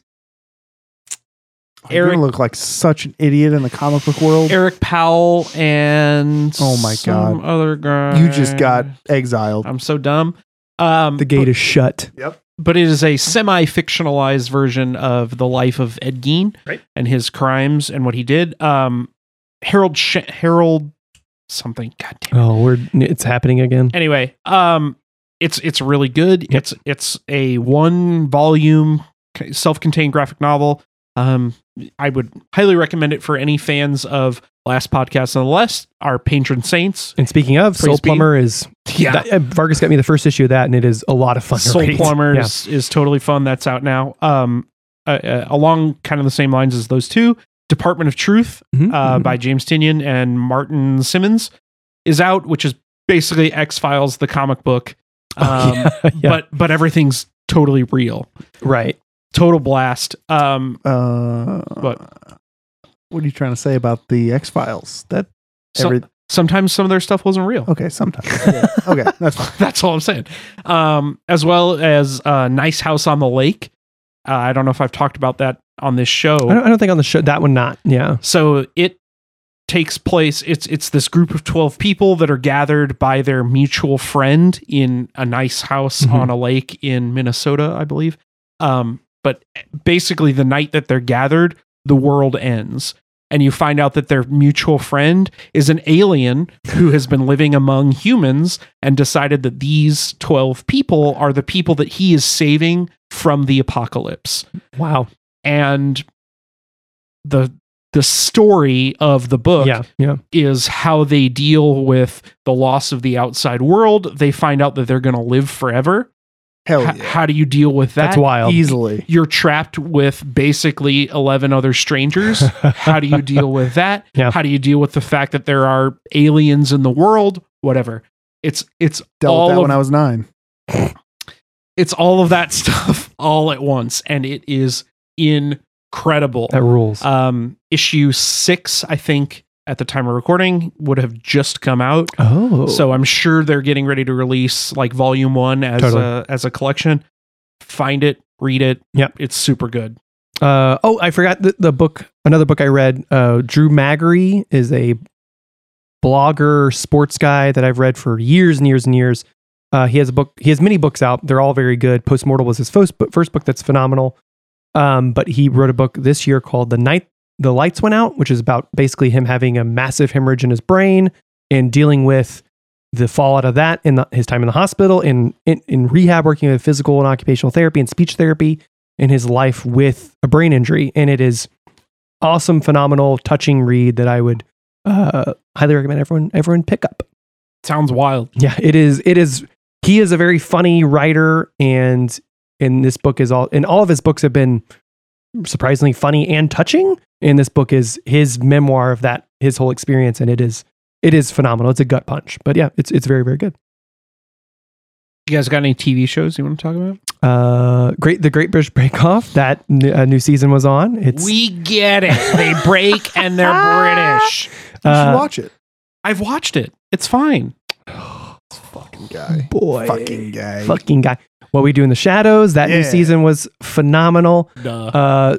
Speaker 6: You're
Speaker 4: Eric-
Speaker 6: gonna look like such an idiot in the comic book world.
Speaker 4: Eric Powell and
Speaker 6: Oh my
Speaker 4: some other guy.
Speaker 6: you just got exiled.
Speaker 4: I'm so dumb. Um,
Speaker 5: the gate is shut.
Speaker 4: but it is a semi-fictionalized version of the life of Ed Gein
Speaker 5: Right.
Speaker 4: and his crimes and what he did. Um, Harold Sh- Harold something. God damn. It.
Speaker 5: Oh, we're it's happening again.
Speaker 4: Anyway, um, it's it's really good. It's it's a one volume self-contained graphic novel. Um, I would highly recommend it for any fans of Last Podcast on the Left, our patron saints.
Speaker 5: And speaking of, Soul
Speaker 4: Praise be.
Speaker 5: Plumber is
Speaker 4: Yeah.
Speaker 5: That- uh, Vargas got me the first issue of that, and it is a lot of fun. to
Speaker 4: Soul
Speaker 5: read.
Speaker 4: Plumber
Speaker 5: Yeah.
Speaker 4: is, is totally fun. That's out now. Um, uh, uh, along kind of the same lines as those two, Department of Truth
Speaker 5: Mhm,
Speaker 4: uh,
Speaker 5: mhm.
Speaker 4: by James Tinian and Martin Simmons is out, which is basically X Files, the comic book. Um,
Speaker 5: Oh, yeah, yeah,
Speaker 4: But but everything's totally real,
Speaker 5: right.
Speaker 4: total blast. Um,
Speaker 6: Uh,
Speaker 4: What?
Speaker 6: What are you trying to say about the X Files? That
Speaker 4: so-
Speaker 6: every
Speaker 4: sometimes some of their stuff wasn't real.
Speaker 6: okay, sometimes. Yeah. okay, that's fine.
Speaker 4: That's all I'm saying. Um, as well as uh, Nice House on the Lake. Uh, I don't know if I've talked about that on this show.
Speaker 5: I don't, I don't think on the show that one not. Yeah,
Speaker 4: So it takes place. It's it's this group of twelve people that are gathered by their mutual friend in a nice house
Speaker 5: Mhm.
Speaker 4: on a lake in Minnesota, I believe. Um, but basically, the night that they're gathered, the world ends, and you find out that their mutual friend is an alien who has been living among humans and decided that these twelve people are the people that he is saving from the apocalypse
Speaker 5: wow.
Speaker 4: and the the story of the book
Speaker 5: Yeah, yeah.
Speaker 4: is how they deal with the loss of the outside world. They find out that they're going to live forever.
Speaker 6: Hell
Speaker 4: H-
Speaker 6: Oh, yeah.
Speaker 4: How do you deal with that?
Speaker 5: That's wild.
Speaker 6: Easily.
Speaker 4: You're trapped with basically 11 other strangers. how do you deal with that?
Speaker 5: Yeah.
Speaker 4: How do you deal with the fact that there are aliens in the world? Whatever. It's it's
Speaker 6: Dealt
Speaker 4: all
Speaker 6: with that
Speaker 4: of,
Speaker 6: when I was nine.
Speaker 4: it's all of that stuff all at once and it is incredible.
Speaker 5: That rules.
Speaker 4: Um issue 6, I think at the time of recording would have just come out.
Speaker 5: oh.
Speaker 4: So I'm sure they're getting ready to release like volume one as
Speaker 5: Totally.
Speaker 4: a as a collection. Find it, read it.
Speaker 5: Yep.
Speaker 4: It's super good.
Speaker 5: Uh, oh, I forgot the, the book. Another book I read. Uh, Drew Magary is a blogger, sports guy that I've read for years and years and years. Uh, he has a book. He has many books out. They're all very good. Postmortal was his first book, first book that's phenomenal. Um, but he wrote a book this year called "The Night the Lights Went Out," which is about basically him having a massive hemorrhage in his brain and dealing with the fallout of that in the, his time in the hospital, in, in in rehab, working with physical and occupational therapy and speech therapy in his life with a brain injury. And it is awesome, phenomenal, touching read that I would uh, highly recommend everyone everyone pick up.
Speaker 4: Sounds wild.
Speaker 5: Yeah, it is. It is. He is a very funny writer, and and this book is all. And all of his books have been surprisingly funny and touching. And this book is his memoir of that his whole experience, and it is it is phenomenal. It's a gut punch, but yeah, it's it's very very good.
Speaker 4: You guys got any TV shows you want to talk about?
Speaker 5: Uh, great. The Great British Break Off that n- uh, new season was on. It's
Speaker 4: we get it. They break and they're British.
Speaker 6: You should
Speaker 5: uh,
Speaker 6: watch it.
Speaker 4: I've watched it. It's fine.
Speaker 6: Fucking guy.
Speaker 5: boy
Speaker 6: Fucking guy.
Speaker 5: fucking guy. What we do in the shadows. That
Speaker 6: Yeah.
Speaker 5: new season was phenomenal.
Speaker 4: Duh.
Speaker 5: Uh,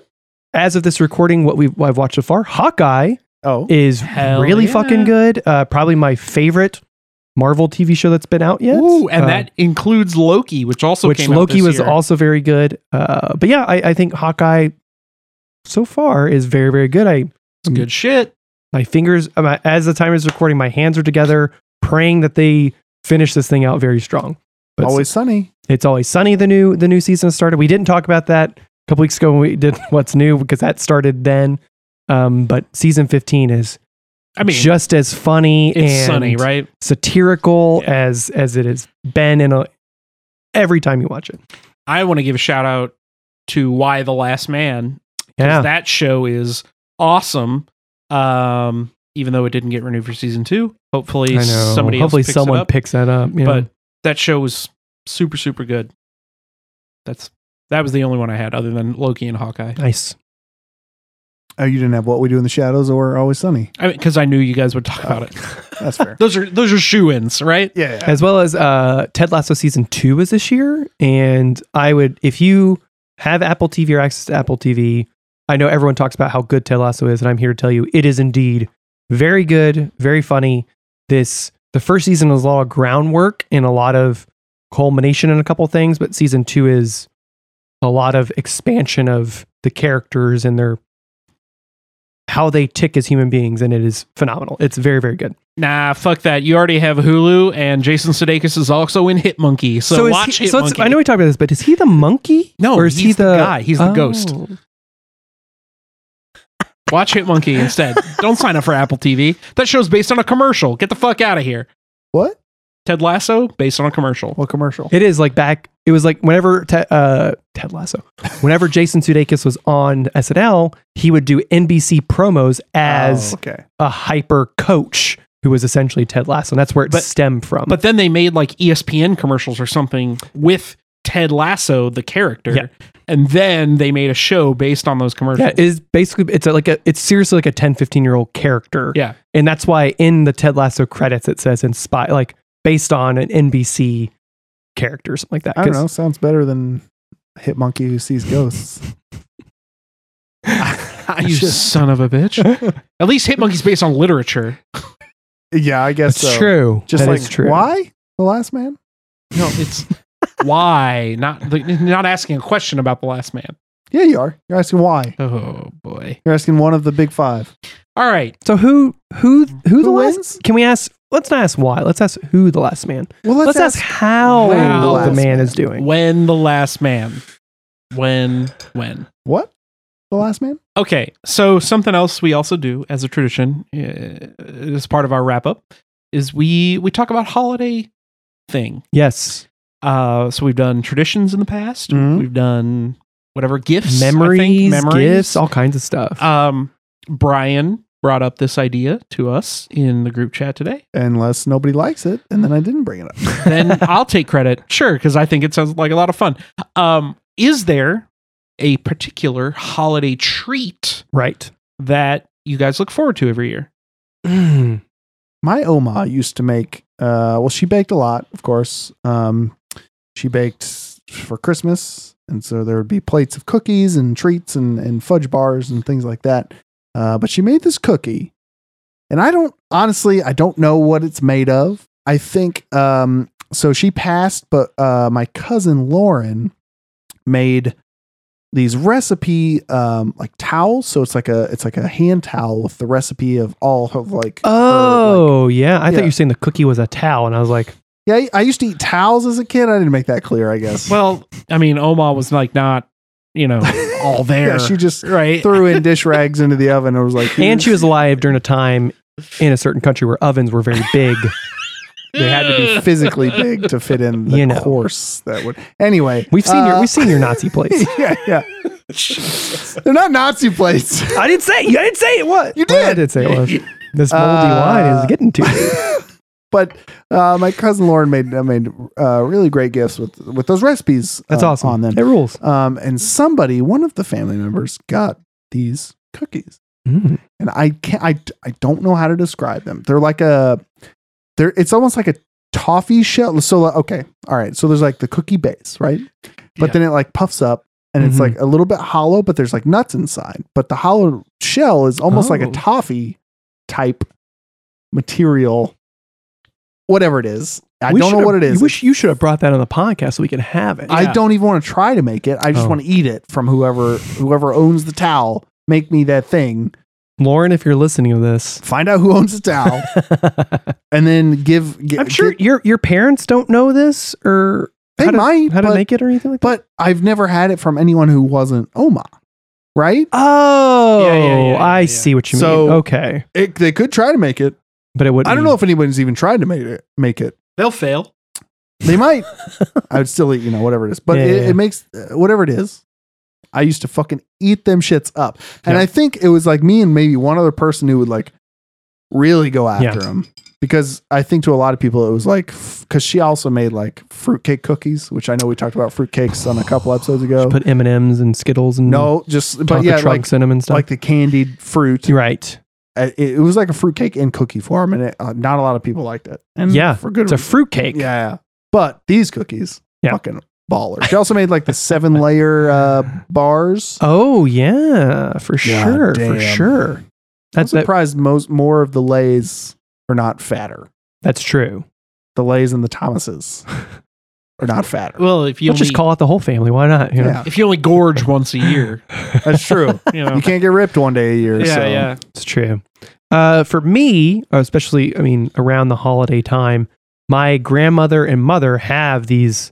Speaker 5: as of this recording, what we have I've watched so far, Hawkeye
Speaker 6: Oh.
Speaker 5: is
Speaker 4: Hell
Speaker 5: really
Speaker 4: yeah.
Speaker 5: fucking good. Uh, probably my favorite Marvel TV show that's been out yet.
Speaker 4: Ooh, and
Speaker 5: Uh,
Speaker 4: that includes Loki, which also
Speaker 5: which
Speaker 4: came out
Speaker 5: Loki
Speaker 4: this
Speaker 5: was
Speaker 4: year.
Speaker 5: also very good. Uh, but yeah, I, I think Hawkeye so far is very very good. I
Speaker 4: It's good shit.
Speaker 5: my fingers uh, my- as the time is recording, my hands are together, praying that they finish this thing out very strong. But
Speaker 6: Always sunny.
Speaker 5: It's always sunny. The new the new season started. We didn't talk about that a couple weeks ago when we did what's new because that started then. Um, but season fifteen is
Speaker 4: I mean,
Speaker 5: just as funny
Speaker 4: it's
Speaker 5: and
Speaker 4: sunny, right?
Speaker 5: satirical
Speaker 4: Yeah.
Speaker 5: as as it has been in a, every time you watch it.
Speaker 4: I want to give a shout out to Why the Last Man 'cause
Speaker 5: Yeah,
Speaker 4: that show is awesome. Um, even though it didn't get renewed for season two, hopefully
Speaker 5: I know.
Speaker 4: somebody
Speaker 5: Hopefully
Speaker 4: else picks
Speaker 5: someone
Speaker 4: it up.
Speaker 5: picks that up. Yeah.
Speaker 4: But that show was super super good. That's that was the only one I had other than Loki and Hawkeye.
Speaker 5: nice.
Speaker 6: Oh, you didn't have what we do in the shadows or always sunny.
Speaker 4: I mean, because I knew you guys would talk about
Speaker 5: Oh.
Speaker 4: it.
Speaker 6: That's fair.
Speaker 4: Those are those are shoe ins, right?
Speaker 6: yeah.
Speaker 5: as well as uh, Ted Lasso season two is this year. And I would, if you have Apple TV or access to Apple TV, I know everyone talks about how good Ted Lasso is, and I'm here to tell you it is indeed very good, very funny. This the first season was a lot of groundwork and a lot of culmination in a couple things, but season two is a lot of expansion of the characters and their how they tick as human beings, and it is phenomenal. It's very, very good.
Speaker 4: Nah, fuck that. You already have Hulu, and Jason Sudeikis is also in Hit Monkey. So,
Speaker 5: is
Speaker 4: watch
Speaker 5: he,
Speaker 4: Hit
Speaker 5: so it's-
Speaker 4: Monkey.
Speaker 5: I know we talked about this, but is he the monkey?
Speaker 4: No,
Speaker 5: or is he
Speaker 4: he's the guy. He's the ghost.
Speaker 5: Oh.
Speaker 4: watch Hit Monkey instead. Don't sign up for Apple TV. That show's based on a commercial. Get the fuck out of here.
Speaker 6: What?
Speaker 4: Ted Lasso based on a commercial.
Speaker 6: What commercial?
Speaker 5: It is like back. It was like whenever Te- uh, Ted Lasso, whenever Jason Sudeikis was on SNL, he would do NBC promos as
Speaker 6: Oh, okay.
Speaker 5: a hyper coach who was essentially Ted Lasso, and that's where it
Speaker 4: But-
Speaker 5: stemmed from.
Speaker 4: But then they made like E ESPN commercials or something with Ted Lasso, the character.
Speaker 5: Yeah.
Speaker 4: And then they made a show based on those
Speaker 5: yeah,
Speaker 4: commercials.
Speaker 5: it is basically it's a, like a it's seriously like a 10, 15 year old character.
Speaker 4: Yeah.
Speaker 5: and that's why in the Ted Lasso credits it says inspired like based on an NBC character or something like that.
Speaker 6: I don't
Speaker 5: 'cause-
Speaker 6: know. Sounds better than Hit Monkey Who Sees Ghosts.
Speaker 4: you son of a bitch. At least Hit Monkey's based on literature.
Speaker 6: yeah, I guess
Speaker 5: That's
Speaker 6: so.
Speaker 5: true.
Speaker 6: Just
Speaker 5: That
Speaker 6: like
Speaker 5: is true.
Speaker 6: why the last man?
Speaker 4: No, it's why not the, not asking a question about the last man.
Speaker 6: Yeah, you are. You're asking why.
Speaker 4: Oh boy.
Speaker 6: You're asking one of the big five.
Speaker 4: All right.
Speaker 5: So who who who, the
Speaker 6: Who
Speaker 5: last?
Speaker 6: wins?
Speaker 5: Can we ask? Let's not ask why. Let's ask who the last man.
Speaker 6: Well,
Speaker 5: Let's, ask, how
Speaker 4: when
Speaker 5: the,
Speaker 4: the last
Speaker 5: man
Speaker 6: man.
Speaker 5: is doing.
Speaker 4: When the last man? When when?
Speaker 6: what the The Last Man?
Speaker 4: Okay, so something else we also do as a tradition uh, as part of our wrap up is we we talk about holiday thing.
Speaker 5: Yes.
Speaker 4: Uh, so we've done traditions in the past.
Speaker 5: Mhm.
Speaker 4: We've done whatever gifts, I think,
Speaker 5: Memories, gifts, all kinds of stuff.
Speaker 4: Um, Brian brought up this idea to us in the group chat today.
Speaker 6: Unless nobody likes it, and then I didn't bring it up.
Speaker 4: then I'll take credit. Sure, because I think it sounds like a lot of fun. Um, is there a particular holiday treat
Speaker 5: right.
Speaker 4: that you guys look forward to every year?
Speaker 5: Hmm.
Speaker 6: My Oma used to make. Uh, well, she baked a lot, of course. Um, she baked for Christmas, and so there would be plates of cookies and treats and and fudge bars and things like that. Uh, but she made this cookie, and I don't honestly, I don't know what it's made of. I think um, so. She passed, but uh, my cousin Lauren made these recipe um, like towels. So it's like a it's like a hand towel with the recipe of all of like her, like,
Speaker 5: Oh, yeah. I
Speaker 6: Yeah.
Speaker 5: thought you were saying the cookie was a towel, and I was like,
Speaker 6: yeah, I- I used to eat towels as a kid. I didn't make that clear, I guess.
Speaker 4: Well, I mean, Oma was like not, you know, all there,
Speaker 6: yeah, she just
Speaker 4: right?
Speaker 6: threw in dish rags into the oven and was like,
Speaker 5: and she was alive during a time in a certain country where ovens were very big.
Speaker 6: they had to be physically big to fit in the
Speaker 5: You know.
Speaker 6: course that would. Anyway,
Speaker 5: We've seen your
Speaker 6: uh,
Speaker 5: we've seen your Nazi place.
Speaker 6: yeah, yeah. They're not Nazi plates.
Speaker 5: I didn't say I didn't say it was.
Speaker 6: You
Speaker 5: I
Speaker 6: did.
Speaker 5: did say it was. This moldy
Speaker 6: Uh,
Speaker 5: wine is getting to you.
Speaker 6: but uh, my cousin Lauren made uh, made uh, really great gifts with with those recipes.
Speaker 5: That's
Speaker 6: uh,
Speaker 5: awesome.
Speaker 6: on them.
Speaker 5: It rules.
Speaker 6: Um, and somebody, one of the family members, got these cookies.
Speaker 5: Mm.
Speaker 6: and I can't I, I don't know how to describe them. They're like a they're it's almost like a toffee shell. So like, okay, all right. So there's like the cookie base, right? But
Speaker 4: Yeah.
Speaker 6: then it like puffs up and it's
Speaker 5: Mhm.
Speaker 6: like a little bit hollow, but there's like nuts inside. But the hollow shell is almost like a
Speaker 4: Oh.
Speaker 6: toffee type material, whatever it is. I
Speaker 5: We
Speaker 6: don't know
Speaker 5: should've-
Speaker 6: what it is.
Speaker 5: You wish you should have brought that on the podcast so we could have it.
Speaker 6: I
Speaker 4: Yeah.
Speaker 6: don't even want to try to make it. I just
Speaker 5: Oh.
Speaker 6: want to eat it from whoever whoever owns the towel. Make me that thing.
Speaker 5: Lauren, if you're listening to this,
Speaker 6: Find out who owns the towel. and then give. Get,
Speaker 5: I'm sure
Speaker 6: get-
Speaker 5: your your parents don't know this or
Speaker 6: they
Speaker 5: how to,
Speaker 6: might,
Speaker 5: how to
Speaker 6: but,
Speaker 5: make it or anything like that.
Speaker 6: but I've never had it from anyone who wasn't Oma, right?
Speaker 5: Oh,
Speaker 4: Yeah, yeah, yeah, yeah,
Speaker 5: I
Speaker 4: yeah.
Speaker 5: see what you
Speaker 6: So-
Speaker 5: mean. Okay,
Speaker 6: It, they could try to make it.
Speaker 5: but it would.
Speaker 6: I don't know if anybody's even tried to make it. Make it.
Speaker 4: They'll fail.
Speaker 6: They might. I would still eat, you know, whatever it is. But
Speaker 5: Yeah,
Speaker 6: it,
Speaker 5: yeah.
Speaker 6: it makes uh, whatever it is. I used to fucking eat them shits up, and
Speaker 5: Yeah.
Speaker 6: I think it was like me and maybe one other person who would like really go
Speaker 5: Yeah.
Speaker 6: after them because I think to a lot of people it was like because she also made like fruitcake cookies, which I know we talked about fruitcakes on a couple episodes ago.
Speaker 5: put M and M's and Skittles and
Speaker 6: No, just but
Speaker 5: chocolate
Speaker 6: yeah,
Speaker 5: trunk
Speaker 6: like
Speaker 5: cinnamon stuff.
Speaker 6: like the candied fruit.
Speaker 5: You're right.
Speaker 6: Uh, It, it was like a fruitcake in cookie form, and it, uh, not a lot of people liked it. And
Speaker 5: Yeah,
Speaker 6: for good
Speaker 5: It's a
Speaker 6: reason.
Speaker 5: fruit cake.
Speaker 6: yeah, yeah. But these cookies,
Speaker 5: Yeah.
Speaker 6: fucking baller. She also made like the seven layer uh, bars.
Speaker 5: Oh yeah, for
Speaker 6: God
Speaker 5: sure,
Speaker 6: damn.
Speaker 5: for sure.
Speaker 6: I'm
Speaker 5: That's that,
Speaker 6: surprised most more of the lays are not fatter.
Speaker 5: that's true.
Speaker 6: The lays and the Thomases are not fatter.
Speaker 4: Well, if you
Speaker 5: Let's
Speaker 4: only,
Speaker 5: just call out the whole family. Why not? you know?
Speaker 6: yeah,
Speaker 4: if you only gorge once a year,
Speaker 6: that's true.
Speaker 4: you know.
Speaker 6: you can't get ripped one day a year.
Speaker 4: yeah,
Speaker 6: so.
Speaker 4: yeah.
Speaker 5: It's true. Uh, for me, especially, I mean, around the holiday time, my grandmother and mother have these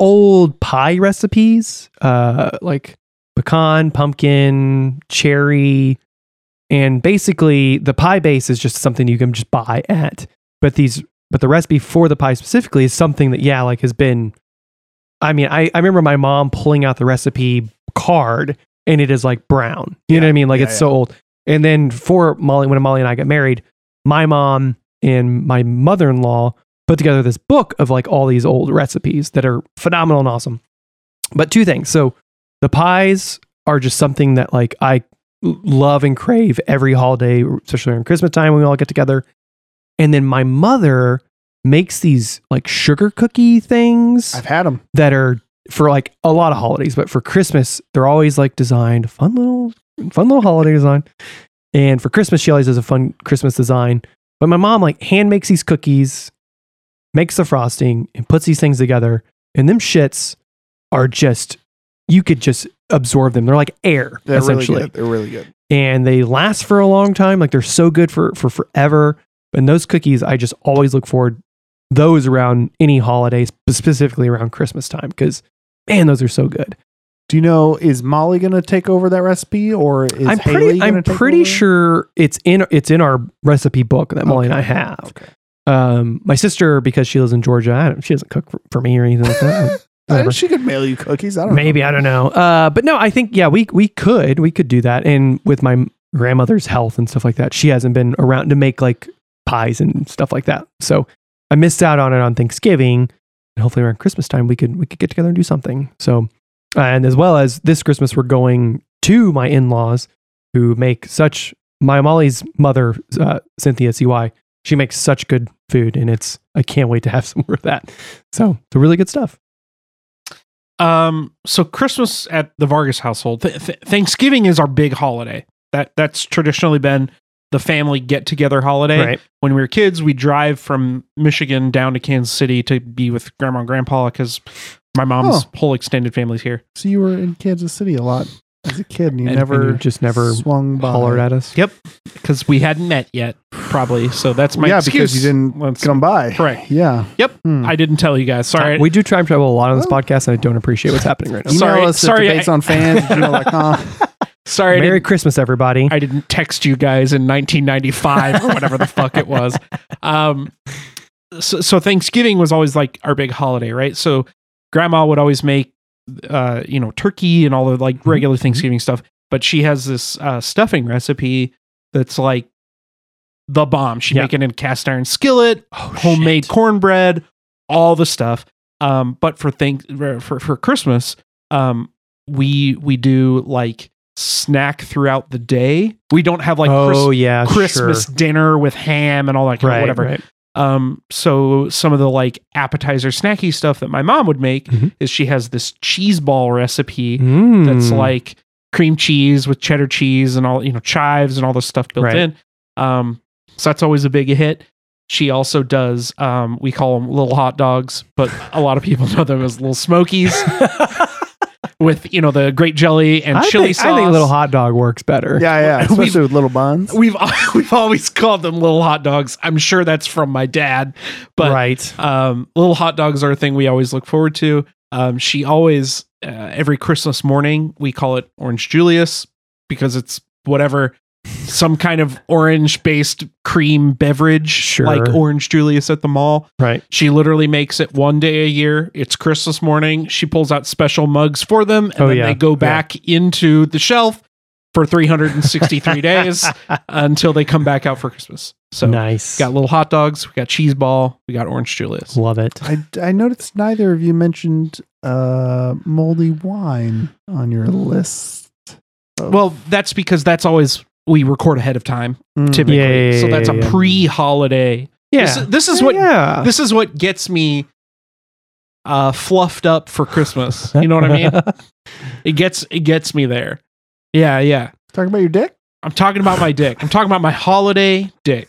Speaker 5: old pie recipes, uh, like pecan, pumpkin, cherry, and basically the pie base is just something you can just buy at. But these, but the recipe for the pie specifically is something that, yeah, like has been. I mean, I, I remember my mom pulling out the recipe card and it is like brown. You know what I mean? Like
Speaker 6: Yeah,
Speaker 5: it's
Speaker 6: yeah.
Speaker 5: so old. And then for Molly, when Molly and I got married, my mom and my mother in law put together this book of like all these old recipes that are phenomenal and awesome. But two things. So the pies are just something that like I l- love and crave every holiday, especially around Christmas time when we all get together. And then my mother makes these like sugar cookie things
Speaker 6: I've had them.
Speaker 5: that are for like a lot of holidays, but for Christmas, they're always like designed fun little fun little holiday design. And for Christmas, she always does a fun Christmas design. But my mom like hand makes these cookies, makes the frosting, and puts these things together. And them shits are just you could just absorb them. They're like air,
Speaker 6: They're really
Speaker 5: essentially
Speaker 6: good. They're really good.
Speaker 5: and they last for a long time. Like they're so good for for forever. And those cookies, I just always look forward those around any holidays, specifically around Christmas time, because man, those are so good.
Speaker 6: Do you know is Molly going to take over that recipe or is
Speaker 5: I'm
Speaker 6: Haley
Speaker 5: pretty.
Speaker 6: gonna
Speaker 5: I'm
Speaker 6: take
Speaker 5: pretty
Speaker 6: over?
Speaker 5: sure it's in it's in our recipe book that Molly and I have. Um, my sister, because she lives in Georgia, I don't, she doesn't cook for, for me or anything like that.
Speaker 6: Uh,
Speaker 5: Whatever.
Speaker 6: she could mail you cookies. I don't know.
Speaker 5: Maybe I don't know. Uh, but no, I think yeah, we we could we could do that. And with my grandmother's health and stuff like that, she hasn't been around to make like pies and stuff like that. So I missed out on it on Thanksgiving, and hopefully around Christmas time we could we could get together and do something. So uh, and as well as this Christmas, we're going to my in laws who make such my Molly's mother uh, Cynthia Cy. She makes such good food, and it's I can't wait to have some more of that. So it's really good stuff.
Speaker 4: Um, so Christmas at the Vargas household. Th- th- Thanksgiving is our big holiday. That that's traditionally been the family get together holiday. When we were kids, we drive from Michigan down to Kansas City to be with grandma and grandpa because my mom's whole extended family's here.
Speaker 6: So you were in Kansas City a lot as a kid, and you
Speaker 5: And- and
Speaker 6: never
Speaker 5: you just never
Speaker 6: swung by.
Speaker 5: hollered at us.
Speaker 4: Yep, because we hadn't met yet, probably. So that's my
Speaker 6: yeah,
Speaker 4: excuse.
Speaker 6: because you didn't
Speaker 4: Let's-
Speaker 6: come by.
Speaker 4: Correct.
Speaker 6: Yeah.
Speaker 4: Yep.
Speaker 6: Hmm.
Speaker 4: I didn't tell you guys. Sorry.
Speaker 5: We do time travel a lot on this podcast, and I don't appreciate what's happening right now.
Speaker 6: Email
Speaker 4: Oh. Sorry-
Speaker 6: us
Speaker 4: sorry,
Speaker 6: at
Speaker 4: I-
Speaker 6: debatesonfans@gmail.com.
Speaker 4: sorry. I
Speaker 5: Merry
Speaker 4: didn't,
Speaker 5: Christmas, everybody.
Speaker 4: I didn't text you guys in 1995 or whatever the fuck it was. Um, so, so Thanksgiving was always like our big holiday, right? So grandma would always make, uh, you know, turkey and all the
Speaker 5: Mm-hmm.
Speaker 4: like regular Thanksgiving stuff. But she has this uh, stuffing recipe that's like the bomb. She'd
Speaker 5: Yeah.
Speaker 4: make it in a cast iron skillet,
Speaker 5: Oh,
Speaker 4: homemade cornbread, all the stuff. Um, but for thank for for Christmas, um, we we do like snack throughout the day. We don't have like Christ-
Speaker 5: oh yeah,
Speaker 4: Christmas
Speaker 5: sure.
Speaker 4: dinner with ham and all that kind
Speaker 5: right?
Speaker 4: of whatever.
Speaker 5: right.
Speaker 4: Um, so some of the like appetizer snacky stuff that my mom would make
Speaker 5: Mhm.
Speaker 4: is she has this cheese ball recipe
Speaker 5: Mm.
Speaker 4: that's like cream cheese with cheddar cheese and all you know chives and all this stuff built
Speaker 5: Right.
Speaker 4: in. Um, so that's always a big hit. She also does um, we call them little hot dogs, but a lot of people know them as little smokies with you know the grape jelly and
Speaker 5: I
Speaker 4: chili
Speaker 5: think,
Speaker 4: sauce.
Speaker 5: I think little hot dog works better.
Speaker 6: Yeah, yeah.
Speaker 4: We've-
Speaker 6: Especially with little buns.
Speaker 4: We've we've always called them little hot dogs. I'm sure that's from my dad, but
Speaker 5: right.
Speaker 4: um, little hot dogs are a thing we always look forward to. Um, she always, uh, every Christmas morning, we call it Orange Julius because it's whatever, some kind of orange based cream beverage,
Speaker 5: Sure.
Speaker 4: like Orange Julius at the mall.
Speaker 5: Right.
Speaker 4: She literally makes it one day a year. It's Christmas morning. She pulls out special mugs for them, and
Speaker 5: Oh,
Speaker 4: then
Speaker 5: yeah.
Speaker 4: they go back into the shelf for 363 days until they come back out for Christmas. So,
Speaker 5: nice.
Speaker 4: got little hot dogs, we got cheese ball, we got Orange Julius.
Speaker 5: Love it.
Speaker 6: I, I noticed neither of you mentioned uh, moldy wine on your list.
Speaker 4: Well, that's because that's always we record ahead of time
Speaker 6: Mm.
Speaker 4: typically.
Speaker 5: Yeah, yeah, yeah,
Speaker 4: so that's
Speaker 5: yeah,
Speaker 4: a
Speaker 5: yeah.
Speaker 4: pre-holiday.
Speaker 5: Yeah.
Speaker 4: This, this is what
Speaker 5: Yeah.
Speaker 4: this is what gets me uh fluffed up for Christmas. You know what I mean? it gets it gets me there. Yeah, yeah.
Speaker 6: Talking about your dick?
Speaker 4: I'm talking about my dick. I'm talking about my holiday dick.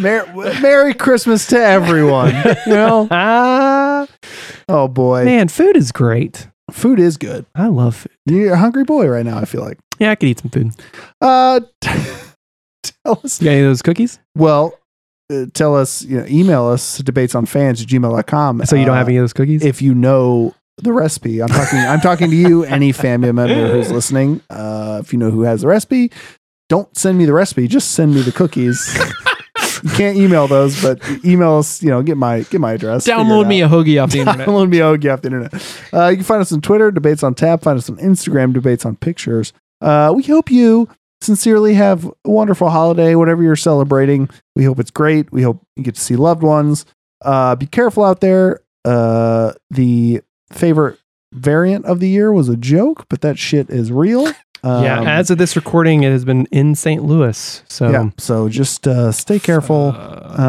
Speaker 6: Mer- Merry Christmas to everyone. You know?
Speaker 5: Ah,
Speaker 6: Oh, boy.
Speaker 5: man, food is great.
Speaker 6: Food is good.
Speaker 5: I love food.
Speaker 6: You're a hungry boy right now, I feel like.
Speaker 5: Yeah, I could eat some food.
Speaker 6: Uh, tell us.
Speaker 5: You got any of those cookies?
Speaker 6: Well, uh, tell us, you know, email us debates on fans at gmail.com.
Speaker 5: So you don't
Speaker 6: uh,
Speaker 5: have any of those cookies?
Speaker 6: If you know the recipe, I'm talking, I'm talking to you, any family member who's listening. Uh, if you know who has the recipe, don't send me the recipe. Just send me the cookies. you can't email those, but email us, you know, get my, get my address.
Speaker 4: Download me
Speaker 6: a.
Speaker 4: a hoagie off the internet.
Speaker 6: Download me Ogie off the internet. Uh, you can find us on Twitter, debates on tap. Find us on Instagram, debates on pictures. Uh, we hope you sincerely have a wonderful holiday, whatever you're celebrating. We hope it's great. We hope you get to see loved ones. Uh, be careful out there. Uh, the favorite variant of the year was a joke, but that shit is real. Um,
Speaker 5: yeah. As of this recording, it has been in St. Louis. So
Speaker 6: yeah. So just uh, stay careful
Speaker 4: Uh,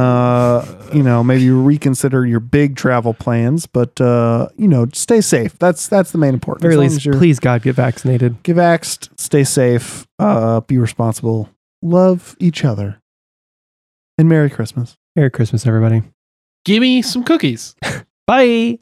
Speaker 6: uh, you know, maybe reconsider your big travel plans, but uh, you know, stay safe. That's that's the main important.
Speaker 5: very
Speaker 6: As long
Speaker 5: least,
Speaker 6: as you're-
Speaker 5: please God get vaccinated.
Speaker 6: get vaxxed, stay safe, uh, be responsible, love each other, and Merry Christmas.
Speaker 5: Merry Christmas, everybody.
Speaker 4: Give me some cookies.
Speaker 5: Bye.